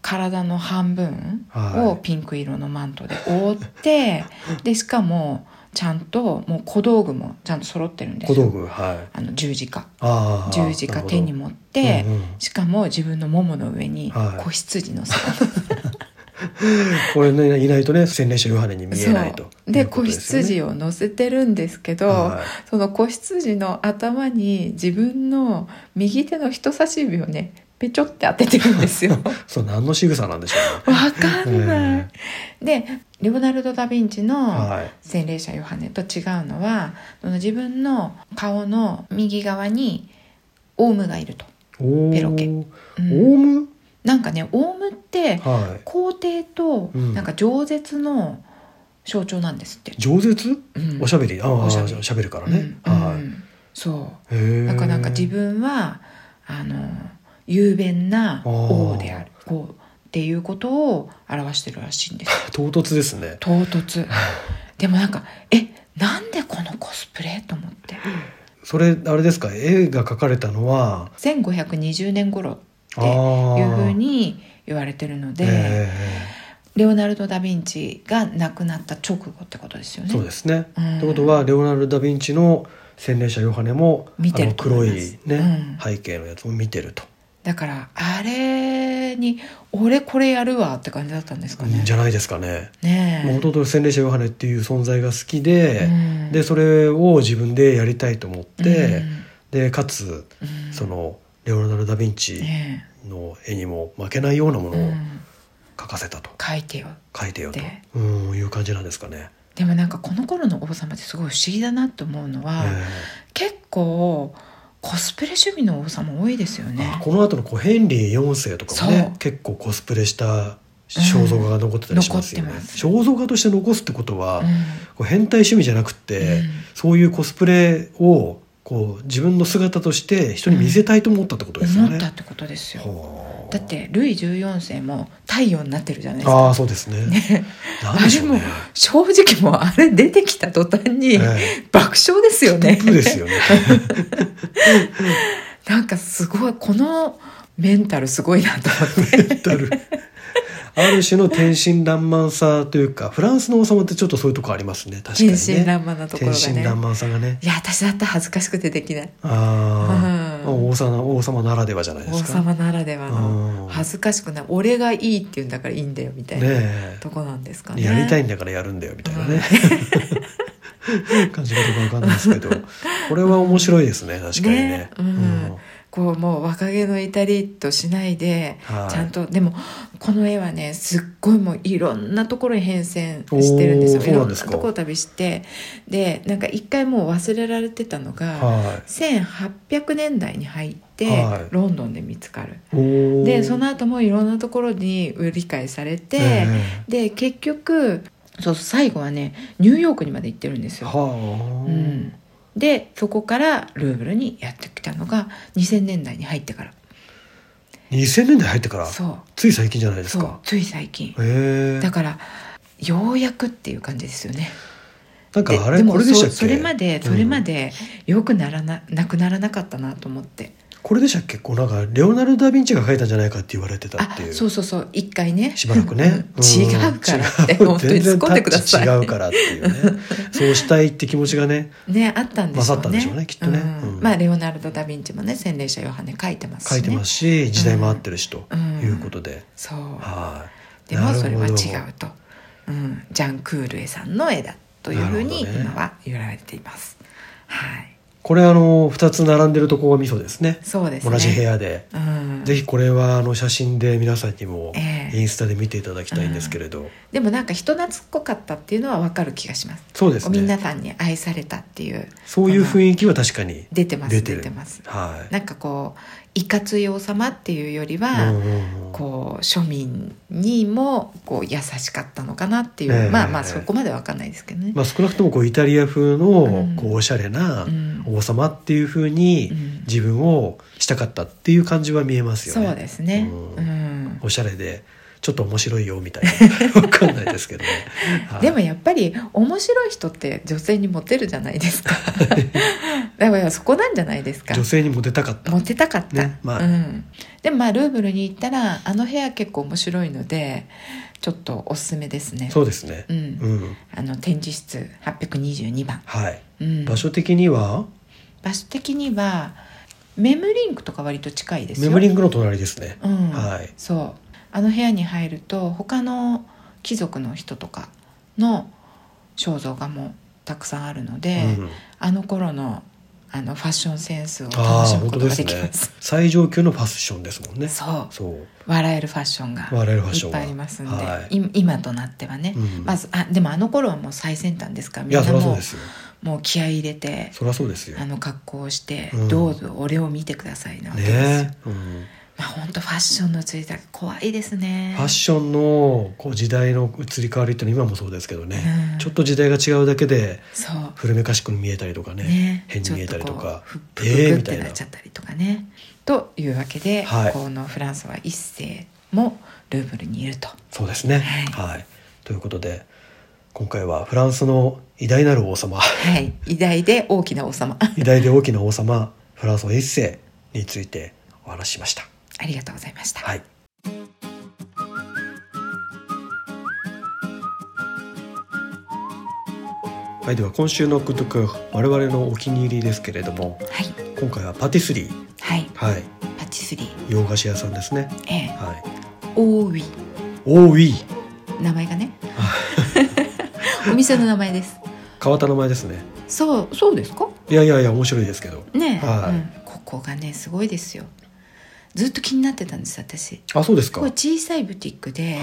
S1: 体の半分
S2: は
S1: を
S2: い
S1: ピンク色のマントで覆 って、でしかもちゃんともう小道具もちゃんと揃ってるんです
S2: 小
S1: よ
S2: 道具はい
S1: あの十字架
S2: ああ
S1: 十字架手に持っ
S2: なる
S1: て
S2: ほどうんうん
S1: しかも自分のももの上に
S2: はい
S1: 子羊 の
S2: これねいないとね洗礼者ヨハネに見えないと
S1: そうで
S2: いうこ
S1: 子
S2: とすよね
S1: 羊を乗せてるんですけど、
S2: は
S1: その子羊の頭に自分の右手の人差し指をねぺちょって当ててるん ですよ。わ
S2: いそう何の仕草なんでしょうね
S1: かんない、でレオナルド・ダ・ヴィンチの
S2: はい
S1: 洗礼者ヨハネと違うのはその自分の顔の右側にオウムがいると。
S2: おー
S1: ペロケう
S2: オ
S1: ん
S2: ウム
S1: なんかねオウムって
S2: は
S1: 皇帝と
S2: うん
S1: なんか饒舌の象徴なんですって
S2: い、饒舌
S1: うん
S2: おしゃべりああ
S1: お
S2: し
S1: し
S2: ゃ
S1: ゃべり
S2: べるから
S1: うん
S2: ね、は
S1: う
S2: い
S1: んそ
S2: へ
S1: う
S2: え
S1: だからなんか自分はあの雄弁な王であるこうっていうことを表してるらしいんです
S2: 唐突ですね
S1: 唐 突でもなんかえなんでこのコスプレと思って
S2: それあれですか絵が描かれたのは
S1: 1520年頃って
S2: ああ
S1: いうふうに言われてるので、
S2: え
S1: レオナルド・ダ・ヴィンチが亡くなった直後ってことですよ
S2: え
S1: ね
S2: そうですね、
S1: うん
S2: ってことはレオナルド・ダ・ヴィンチの洗礼者ヨハネも
S1: 見てる
S2: あの
S1: と思
S2: 黒
S1: い
S2: い
S1: ます
S2: ね、
S1: うん
S2: 背景のやつも見てると、
S1: だからあれに俺これやるわって感じだったんですかね
S2: じゃないですかね
S1: ねえ
S2: もともと洗礼者ヨハネっていう存在が好きで、
S1: うん
S2: でそれを自分でやりたいと思って、でかつ
S1: うんうん
S2: そのレオナルド・ダ・ヴィンチ
S1: ね
S2: の絵にも負けないようなも
S1: え
S2: の
S1: う
S2: を
S1: ん
S2: 描かせたと、
S1: 書いてよ
S2: 描いてよと
S1: で
S2: うんいう感じなんですかね。
S1: でもなんかこの頃の王様ってすごい不思議だなと思うのは、結構コスプレ趣味の王様多いですよ
S2: ええ
S1: ね
S2: あこの後のこうヘンリー4世とかもね
S1: そう
S2: 結構コスプレした肖像画が残ってたりしますよ
S1: う
S2: ね。
S1: ん残ってます
S2: 肖像画として残すってことは、
S1: うん
S2: こう変態趣味じゃなくって、
S1: うん
S2: そういうコスプレをこう自分の姿として人に見せたいと思ったってことですよね。
S1: 思ったってことですよ
S2: はあ
S1: だってルイ14世も太陽になってるじゃないですか
S2: ああそうですね。なんでしょうね。
S1: 正直もうあれ出てきた途端に
S2: え
S1: 爆笑ですよね、
S2: そうですよね。
S1: なんかすごいこのメンタルすごいなと思って
S2: だるある種の天真爛漫さというかフランスの王様ってちょっとそういうとこありますね確かにね
S1: 天真爛漫なところ
S2: 天
S1: が
S2: 真爛
S1: ね
S2: 漫さがね
S1: いや私だったら恥ずかしくてできない
S2: あー、
S1: うん
S2: 王様王様ならではじゃないで
S1: 王
S2: すかね
S1: 様ならでは
S2: うん
S1: の恥ずかしくない俺がいいって言うんだからいいんだよみたいな、
S2: え
S1: とこなんですかね
S2: やりたい
S1: い
S2: んだからやるんだよみたいなね、 感じ方がわかんないですけどこれは面白いですね確かにね
S1: ねうんこうもう若気の至りとしないで、
S2: はい
S1: ちゃんとでもこの絵はねすっごいもういろんなところに変遷してるんですよ
S2: お
S1: い
S2: ーそうな
S1: ろ
S2: ん
S1: ん
S2: で
S1: な
S2: すか
S1: ところ旅してでなんか一回もう忘れられてたのが、
S2: は
S1: 1800年代に入って、
S2: はい
S1: ロンドンで見つかる
S2: いおー
S1: でその後もいろんなところに売り買いされて、
S2: え
S1: で結局そう最後はねニューヨークにまで行ってるんです
S2: え
S1: よ、
S2: はあ、
S1: うん、でそこからルーブルにやってきたのが2000年代に入ってから
S2: 2000年代入ってから
S1: そ
S2: つい最近じゃないで
S1: う
S2: す
S1: そう
S2: か
S1: つい最近
S2: へえ
S1: だからようやくっていう感じですよね
S2: なんかあ
S1: で
S2: れ
S1: で
S2: こ
S1: も
S2: れでしたっ
S1: そ
S2: け
S1: それまでそれ
S2: うん
S1: までよくならな,、なくならなかったなと思って
S2: これでしたっけこうなんかレオナルド・ダ・ヴィンチが描いたんじゃないかって言われてた
S1: あ
S2: っていう
S1: そうそうそう一回ね
S2: しばら くね、
S1: うん違うからって
S2: 違う
S1: 本当に突っ込んでください
S2: 全然タッチ違うからってい うねそうしたいって気持ちがね
S1: ねあったんでしょうね
S2: 勝ったんでしょうねきっとね
S1: うん
S2: うん
S1: まあレオナルド・ダ・ヴィンチもね洗礼者ヨハネ書いてますし、
S2: 書
S1: ね、
S2: いてますし、時代も合ってるしと
S1: うん
S2: いうことで、
S1: そう
S2: はい
S1: でもそれは違
S2: なる
S1: うと、うん、ジャン・クールエさんの絵だというふうに
S2: なるほどね
S1: 今は言われています、はい
S2: これあの2つ並んでるとこがミソですね
S1: そうですね。
S2: 同じ部屋で、
S1: うん。
S2: ぜひこれはあの写真で皆さんにも
S1: ええ
S2: インスタで見ていただきたいんですけれど、
S1: でもなんか人懐っこかったっていうのはわかる気がします。
S2: そうです
S1: みんな
S2: ね
S1: さんに愛されたっていう
S2: そういう雰囲気は確かに
S1: 出てます
S2: 出
S1: 出
S2: て
S1: て
S2: る
S1: ます。
S2: はい
S1: なんかこういかつい王様っていうより
S2: う
S1: は、
S2: んうんうん
S1: こう庶民にもこう優しかったのかなっていう、
S2: ええ
S1: まあまあそこまでわかんないですけどね。
S2: まあ、少なくともこうイタリア風
S1: う
S2: の
S1: ん
S2: こうおしゃれな
S1: うん
S2: 王様っていう風に
S1: うん
S2: 自分をしたかったっていう感じは見えますよね。
S1: そうですね。
S2: う
S1: うんん。
S2: おしゃれでちょっと面白いよみたい なわかんないですけどね。はい
S1: でもやっぱり面白い人って女性にモテるじゃないです か。だからそこなんじゃないですか。
S2: 女性にモテたかった。
S1: モテたかった。
S2: ねまあ
S1: うん。でもまあルーブルに行ったらあの部屋結構面白いのでちょっとおすすめですね。
S2: そうですね
S1: う。ん。
S2: うん。
S1: あの展示室822番。
S2: はい。
S1: うん、
S2: 場所的には
S1: 場所的にはメムリンクとか割と近いです
S2: メ
S1: よ
S2: モリングの隣ですね。
S1: うん
S2: はい
S1: そうあの部屋に入ると他の貴族の人とかの肖像画もたくさんあるので、
S2: うん、
S1: あの頃のあのファッションセンスを
S2: あ
S1: 楽
S2: あ
S1: しむ
S2: 本
S1: こ
S2: 当
S1: と
S2: で
S1: が
S2: す
S1: でき
S2: ね
S1: ま。す。
S2: 最上級のファッションですもんね。
S1: そう
S2: そう。
S1: 笑えるファッションが
S2: 笑えるファッショ
S1: い
S2: ン
S1: っ
S2: が
S1: ぱいありますんで、
S2: はい
S1: い今となってはね、
S2: うん
S1: まずあでもあの頃はもう最先端ですから
S2: い
S1: みん
S2: や
S1: な
S2: そりゃそう
S1: も
S2: ですよ。
S1: うもう気合い入れて
S2: そりゃそうですよ。
S1: あの格好をして、
S2: うん
S1: どうぞ俺を見てくださいなわけですよ、
S2: ねえ。うん
S1: まあ本当ファッションのついた怖いですね
S2: ファッションのこう時代の移り変わりっていうのは今もそうですけどね、
S1: うん
S2: ちょっと時代が違うだけで
S1: そう
S2: 古めかしく見えたりとかね
S1: ね
S2: 変に見えたりとか
S1: ちょっとこうふ
S2: ええ
S1: ふふっ
S2: みた
S1: て
S2: いな
S1: なっちゃったりとかねというわけで、
S2: はい
S1: このフランスは一世もルーブルにいると
S2: そうですね
S1: は
S2: はい、ということで今回はフランスの偉大なる王様
S1: はい偉大で大きな王様
S2: 偉大で大きな王様フランスの一世についてお話ししました
S1: ありがとうございました、
S2: はいはいでは今週のグッドク我々のお気に入りですけれども
S1: はい
S2: 今回はパティスリー
S1: はい
S2: はい、
S1: パティスリー
S2: 洋菓子屋さんですね。
S1: ええ
S2: はい。
S1: オーウィ
S2: おーい、
S1: 名前が ねお店の名前です
S2: 変わった名前ですね。
S1: そうそうですか
S2: いやいやいや、面白いですけど。
S1: ねえ、
S2: はい
S1: うんここがねすごいですよずっと気になってたんです私
S2: あ、そうです
S1: こ
S2: か。
S1: れ
S2: はい。
S1: 小さいブティックで、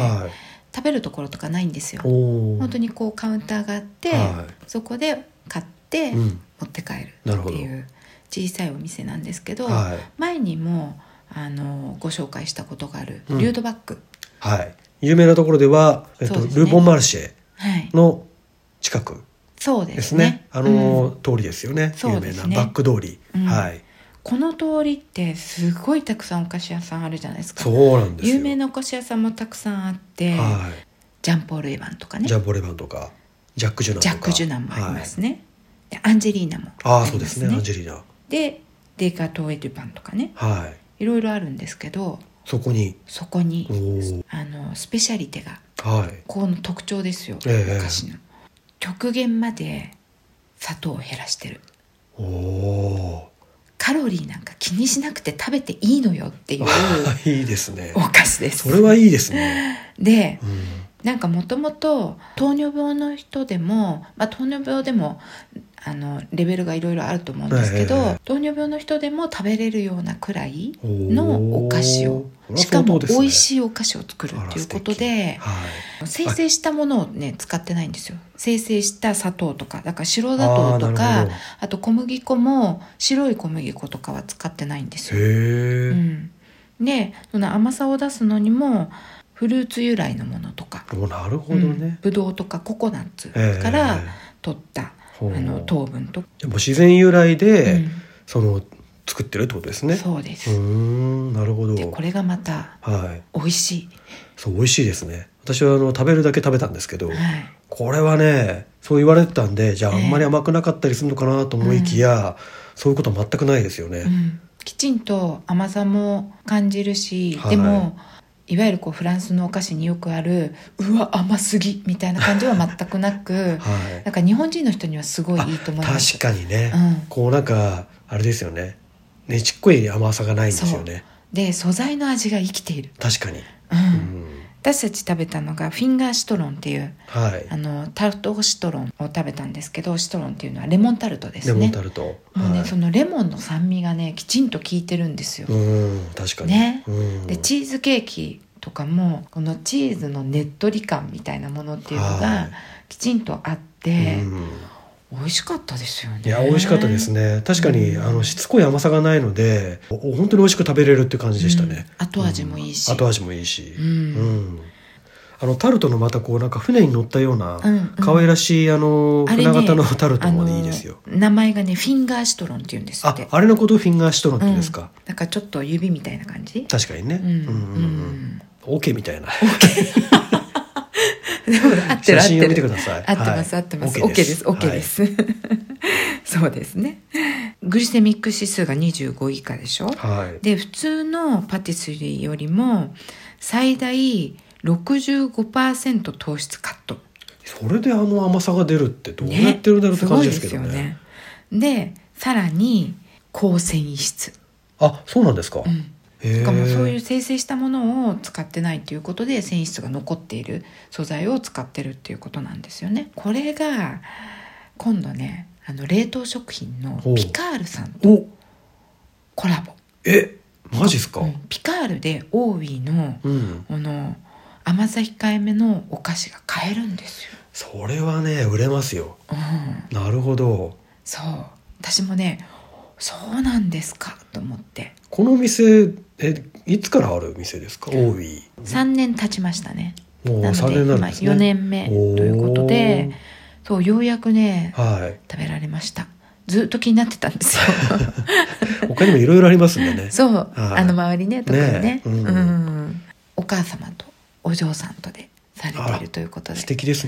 S1: 食べるところとかないんですよ
S2: おお。
S1: 本当にこうカウンターがあって、
S2: は
S1: そこで買って
S2: う
S1: 持
S2: ん。
S1: って帰る
S2: なる
S1: っ
S2: ほ
S1: て
S2: ど。
S1: いう小さいお店なんですけど、
S2: はい。
S1: 前にもあのご紹介したことがある
S2: うん
S1: リュードバッグ、
S2: はい。有名なところでは、えっと、
S1: そうですね
S2: ルーボンマルシェ
S1: はい
S2: の近く
S1: そうで
S2: ですす
S1: ね
S2: ね。あのー、通りですよね。
S1: そう
S2: 有
S1: で
S2: 名
S1: す
S2: な
S1: ね
S2: バック通り、
S1: うん
S2: はい。
S1: この通りってすごいたくさんお菓子屋さんあるじゃないですか
S2: そうなんですよ。
S1: 有名なお菓子屋さんもたくさんあって、
S2: は
S1: ジャンポール・エヴァンとか
S2: い。
S1: ね
S2: ジャンボレバンとか、ジャックジュナンと
S1: ジ
S2: か。
S1: ャック・ジュナンもありま
S2: はい。
S1: すね、でアンジェリーナも
S2: ああ、
S1: り
S2: そうで
S1: ます
S2: ね。アンジェリーナ。
S1: でデカ・トーエ・デュパンとかね
S2: はい。
S1: いろいろあるんですけど
S2: そこに。
S1: そこに
S2: おお。
S1: あのスペシャリテが
S2: はい。
S1: この特徴ですよ、
S2: ええ
S1: お菓子の極限まで砂糖を減らしてる
S2: おお。
S1: カロリーなんか気にしなくて食べていいのよっていう
S2: あーいいですね
S1: お。菓子です
S2: それはいいですね。
S1: で
S2: うん、
S1: なんかもともと糖尿病の人でも、まあ、糖尿病でもあのレベルがいろいろあると思うんですけど、
S2: ええええ
S1: 糖尿病の人でも食べれるようなくらいのお菓子を
S2: おー
S1: しかも美味
S2: い
S1: しいお菓子を作るっていうことで
S2: はい、
S1: 生成したものをね使ってないんですよ生成した砂糖とかだから白砂糖と
S2: あーな
S1: か
S2: る
S1: あ
S2: ほど
S1: と小麦粉も白い小麦粉とかは使ってないんですよ、
S2: へえ、
S1: うん、でその甘さを出すのにもフルーツ由来のものとか、
S2: おなるほ
S1: う
S2: ど
S1: ん
S2: ね、、
S1: ブドウとかココナッツ
S2: ええ
S1: から取った、
S2: ほう
S1: あの糖分とか、
S2: でも自然由来で、
S1: うん
S2: その作ってるってことですね
S1: そうで
S2: う
S1: す、
S2: ーんなるほど
S1: でこれがまた
S2: はい
S1: 美味しい、
S2: そう美味しいですね私はあの食べるだけ食べたんですけど、
S1: はい、
S2: これはねそう言われてたんでじゃああ
S1: ええ
S2: んまり甘くなかったりするのかなと思いきや、そういうことは全くないですよね、
S1: うん、きちんと甘さも感じるし、
S2: は
S1: で
S2: い
S1: もいわゆるこうフランスのお菓子によくあるうわ甘すぎみたいな感じは全くなく
S2: はい
S1: なんか日本人の人にはすごいいいと思います
S2: 確かにね、
S1: うん
S2: こうなんかあれですよねねちっこい甘さがないんですよね
S1: で素材の味が生きている、
S2: 確かに、
S1: うん
S2: うん
S1: 私たち食べたのがフィンガーシトロンっていう
S2: はい
S1: あのタルトシトロンを食べたんですけどシトロンっていうのはレモンタルトです
S2: レ
S1: ね
S2: モンタルト
S1: もうね、
S2: はい
S1: そのレモンの酸味がねきちんと効いてるんですよ、
S2: うん確かに
S1: ね
S2: うん
S1: でチーズケーキとかもこのチーズのねっとり感みたいなものっていうの
S2: は
S1: が
S2: い
S1: きちんとあっ
S2: う
S1: て、
S2: ん
S1: 美味しかったですよね
S2: いや美味しかったですね確かに、
S1: うん
S2: あのしつこい甘さがないのでお本当に美味しく食べれるって感じでしたね、
S1: うん後味もいいし
S2: 後味もいいし、
S1: うん
S2: うんあのタルトのまたこうなんか船に乗ったような
S1: うんうん
S2: 可愛らしいあの
S1: あれ
S2: 船
S1: ね
S2: 型のタルト
S1: あ
S2: も
S1: の
S2: いいですよ。
S1: 名前がねフィンガーシトロンって言うんです
S2: あ
S1: って
S2: あれのことをフィンガーシトロンって言うんですか、
S1: うん、なんかちょっと指みたいな感じ
S2: 確かにね、
S1: うん
S2: うんうんうんオケみたいな
S1: うんでも合ってる
S2: 写
S1: 合って
S2: 真を見て
S1: る
S2: ください
S1: 合ってます、
S2: はい
S1: 合ってます
S2: オ
S1: OK
S2: ケ
S1: で
S2: ですす
S1: OK です, 、 そうですねグリセミック指数が25以下でしょ
S2: はい
S1: で普通のパティスリーよりも最大65%糖質カット
S2: それであの甘さが出るってどうやってるんだろうって感じですけど
S1: ご
S2: ね
S1: いですよねでさらに高繊維質
S2: あそうなんですか、
S1: う
S2: へ
S1: ん
S2: え
S1: しかもそういう生成したものを使ってないということで繊維質が残っている素材を使ってるっていうことなんですよねこれが今度ねあの冷凍食品の
S2: ほう
S1: ピカールさんと
S2: お
S1: コラボ、
S2: えマジっすか、
S1: うんピカールでオーウィーの
S2: うん、
S1: この甘さ控えめのお菓子が買えるんですよ、
S2: それはね売れますよ
S1: うん、
S2: なるほど
S1: そう私もねそうなんですかと思って
S2: この店えいつからある店ですか大井
S1: 3年経ちましたね
S2: もう
S1: な
S2: 3
S1: ので
S2: 年になるん
S1: 今
S2: ですね
S1: 4年目ということでそうようやくね
S2: おーはい
S1: 食べられましたずっと気になってたんですよ
S2: 他にもいろいろありますんでね
S1: そう
S2: はい
S1: あの周りね特にね
S2: ねえうん
S1: うんお母様とお嬢さんとでされ
S2: あ
S1: てい
S2: ら
S1: るということで
S2: 素敵です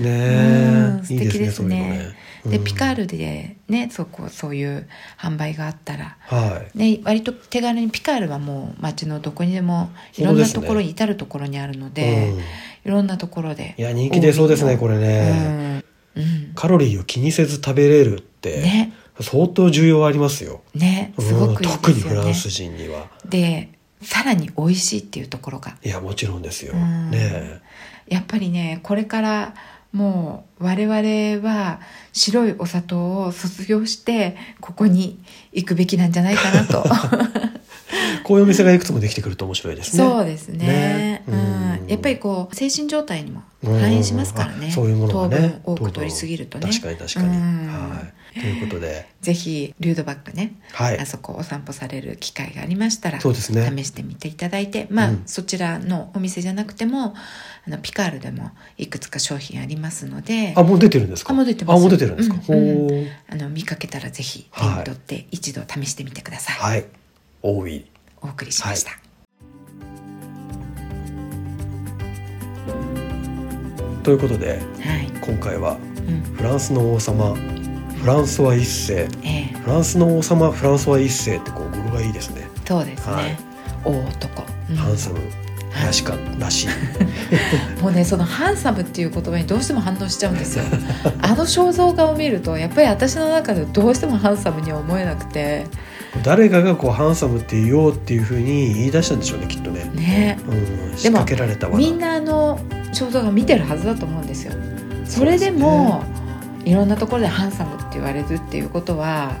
S1: う
S2: ね
S1: ん
S2: いい
S1: 素
S2: ですねそ
S1: 敵です
S2: ういうの
S1: ね
S2: ね
S1: で
S2: うん
S1: ピカールでねそうこうそういう販売があったら
S2: はい
S1: ね、割と手軽にピカールはもう街のどこにでもいろん
S2: そうで
S1: な
S2: す
S1: と
S2: ね
S1: ころに至るところにあるので
S2: うんい
S1: いろんなところで
S2: や人気出そうですねこれ
S1: れ
S2: ね、
S1: うん、うん
S2: カロリーを気にせず食べれるって、
S1: ね
S2: 相当重要ありますよ
S1: ねすごくいいですよね、
S2: うん特にフランス人には
S1: でさらに美味しいっていうところが
S2: いやもちろんですよ、
S1: うん
S2: ね
S1: やっぱりねこれからもう我々は白いお砂糖を卒業してここに行くべきなんじゃないかなと
S2: えこういうお店がいくつもできてくると面白いですね
S1: そうですね
S2: ね
S1: うん
S2: うん
S1: やっぱりこう精神状態にも
S2: うん
S1: 反映しますからね
S2: あそういうものがね
S1: 糖分多く取りすぎるとね
S2: 糖分確かに確かに、
S1: うん
S2: はいということで
S1: ぜひリュードバックね、
S2: はい
S1: あそこお散歩される機会がありましたら
S2: そうですね
S1: 試してみていただいてまあ、
S2: うん
S1: そちらのお店じゃなくてもあのピカールでもいくつか商品ありますので
S2: あもう出てるんですか
S1: あもう出てます
S2: あもう出てるんですか、
S1: うんうん
S2: ほー
S1: あの見かけたらぜひ手
S2: はい
S1: に取って一度試してみてください、
S2: はい多い
S1: お送りしました、
S2: ということで
S1: はい
S2: 今回
S1: う
S2: は
S1: ん
S2: フランスの王様フランソワ一世
S1: ええ
S2: フランスの王様フランソワ一世ってこう語呂がいいですね、
S1: そうですね、
S2: はい
S1: 大男、うん
S2: ハンサムらしか、らしい
S1: もうねそのハンサムっていう言葉にどうしても反応しちゃうんです よあの肖像画を見るとやっぱり私の中でどうしてもハンサムには思えなくて
S2: 誰かがこうハンサムって言おうっていうふうに言い出したんでしょうねきっとね、
S1: ね
S2: うん、仕掛けられたわ
S1: みんなあの肖像画見てるはずだと思うんですよそれでもいろんなところでハンサムって言われるっていうことは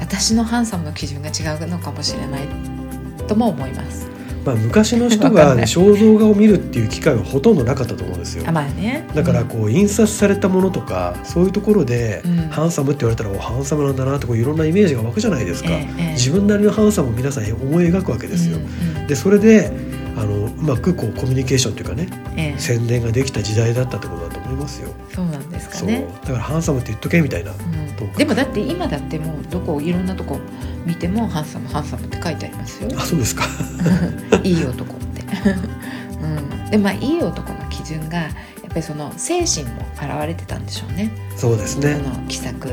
S1: 私のハンサムの基準が違うのかもしれないとも思います
S2: まあ、昔の人
S1: わか
S2: が
S1: んない
S2: 肖像画を見るっていう機会はほとんどなかったと思うんですよ
S1: あまあね
S2: だからこう印刷されたものとかそういうところで、
S1: うん
S2: ハンサムって言われたらおハンサムなんだなってこういろんなイメージが湧くじゃないですか、
S1: ええええ
S2: 自分なりのハンサムを皆さん思い描くわけですよ、
S1: うんうん
S2: でそれであのうまくこうコミュニケーションというかね
S1: ええ
S2: 宣伝ができた時代だったってことだと思いますよ、
S1: そうなんですか
S2: そう
S1: ね
S2: だからハンサムって言っとけみたいな
S1: うんでもだって今だってもうどこいろんなとこ見てもハンサムハンサムって書いてあります よ
S2: あそう ですか
S1: いい男って、 うん、でまあいい男の基準がやっぱりその精神も表れてたんでしょうね
S2: そうですね
S1: その気さく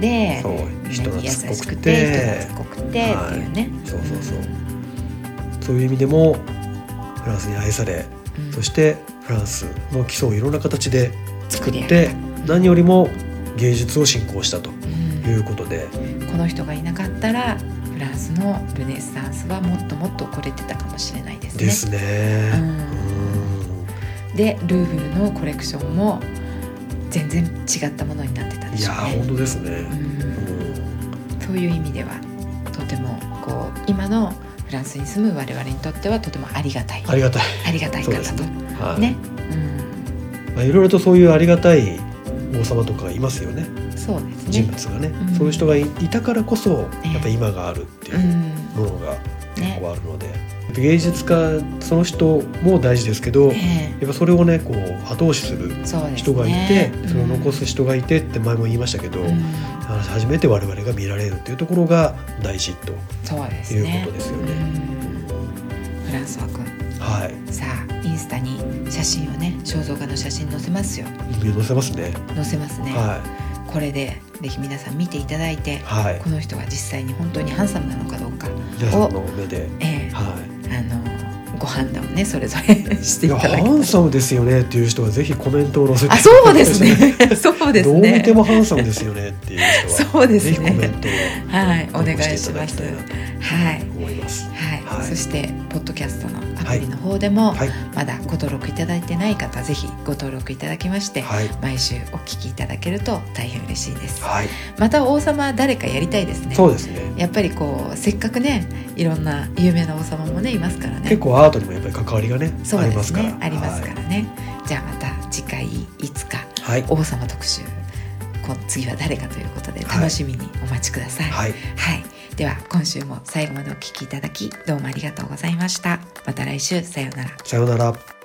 S1: で
S2: そう人
S1: みんなに
S2: 懐
S1: 優
S2: っこ
S1: しく
S2: く
S1: て
S2: て
S1: 人懐っこくてっていうね、
S2: そうそうそうそういう意味でもフランスに愛され
S1: うん
S2: そしてフランスの基礎をいろんな形で
S1: 作り上げ
S2: で
S1: た
S2: 何よりも芸術を振興したと
S1: うん
S2: いうことで
S1: この人がいなかったらフランスのルネサンスはもっともっと遅れてたかもしれないですね
S2: ですね。
S1: う
S2: うんん
S1: でルーブルのコレクションも全然違ったものになってたんで
S2: い
S1: し
S2: や
S1: ょう
S2: ー
S1: ね
S2: 本当です
S1: う
S2: ね、
S1: ん
S2: うん
S1: そういう意味ではとてもこう今のフランスに住む我々にとってはとてもありがたい
S2: ありがたい、
S1: ありがたい方
S2: そう
S1: と
S2: ではい
S1: ね、
S2: まあ、いろいろとそういうありがたい王様とかがいますよね
S1: うん、そうですね
S2: 人物がね、
S1: うん
S2: そういう人がいいたからこそ
S1: ええ
S2: やっぱ今があるっていううんものが
S1: ね
S2: あるので、やっぱ芸術家その人も大事ですけど、や
S1: え
S2: っぱそれをねこう後押しする
S1: えそうですね
S2: 人がいて、それを残す
S1: 人、
S2: 人がいてって前も言いましたけど、
S1: うん
S2: 初めて我々が見られるっていうところが大事と、
S1: そうですね
S2: いうことですよね
S1: うんフランスワ君
S2: はい
S1: さあインスタに写真をね肖像画の写真載せますよ
S2: 見せますね
S1: 載せますね、
S2: は
S1: これでぜひ皆さん見ていただいて
S2: いはい
S1: この人は実際に本当にハンサムなのかどうか、
S2: 皆さんの目で
S1: ええ
S2: はい
S1: あのご判断をねそれぞれ して
S2: い
S1: い
S2: や
S1: ただき
S2: ハンサムですよねっていう人はぜひコメントを載せて
S1: あそうですね そうです
S2: どう
S1: ね
S2: 見てもハンサムですよねっていう人は
S1: そうですね
S2: ぜひコメントを
S1: はい
S2: 残
S1: お願いします
S2: していただきたい
S1: はい
S2: なと思います
S1: はい、
S2: はい
S1: そしてポッドキャストのアプリの方でも、
S2: はい
S1: まだご登録いただいてない方ぜひご登録いただきまして、
S2: はい
S1: 毎週お聞きいただけると大変嬉しいです、
S2: はい
S1: また王様誰かやりたいですね
S2: そうですね
S1: やっぱりこうせっかくねいろんな有名な王様もねいますからね
S2: 結構アートにもやっぱり関わりがね
S1: そう
S2: あり
S1: で
S2: ます
S1: す
S2: か
S1: ね
S2: ら
S1: ありますからね、じゃあまた次回いつか
S2: はい
S1: 王様特集こ次は誰かということで
S2: はい
S1: 楽しみにお待ちください、
S2: はい
S1: はい、では今週も最後までお聞きいただきどうもありがとうございましたまた来週さようなら
S2: さようなら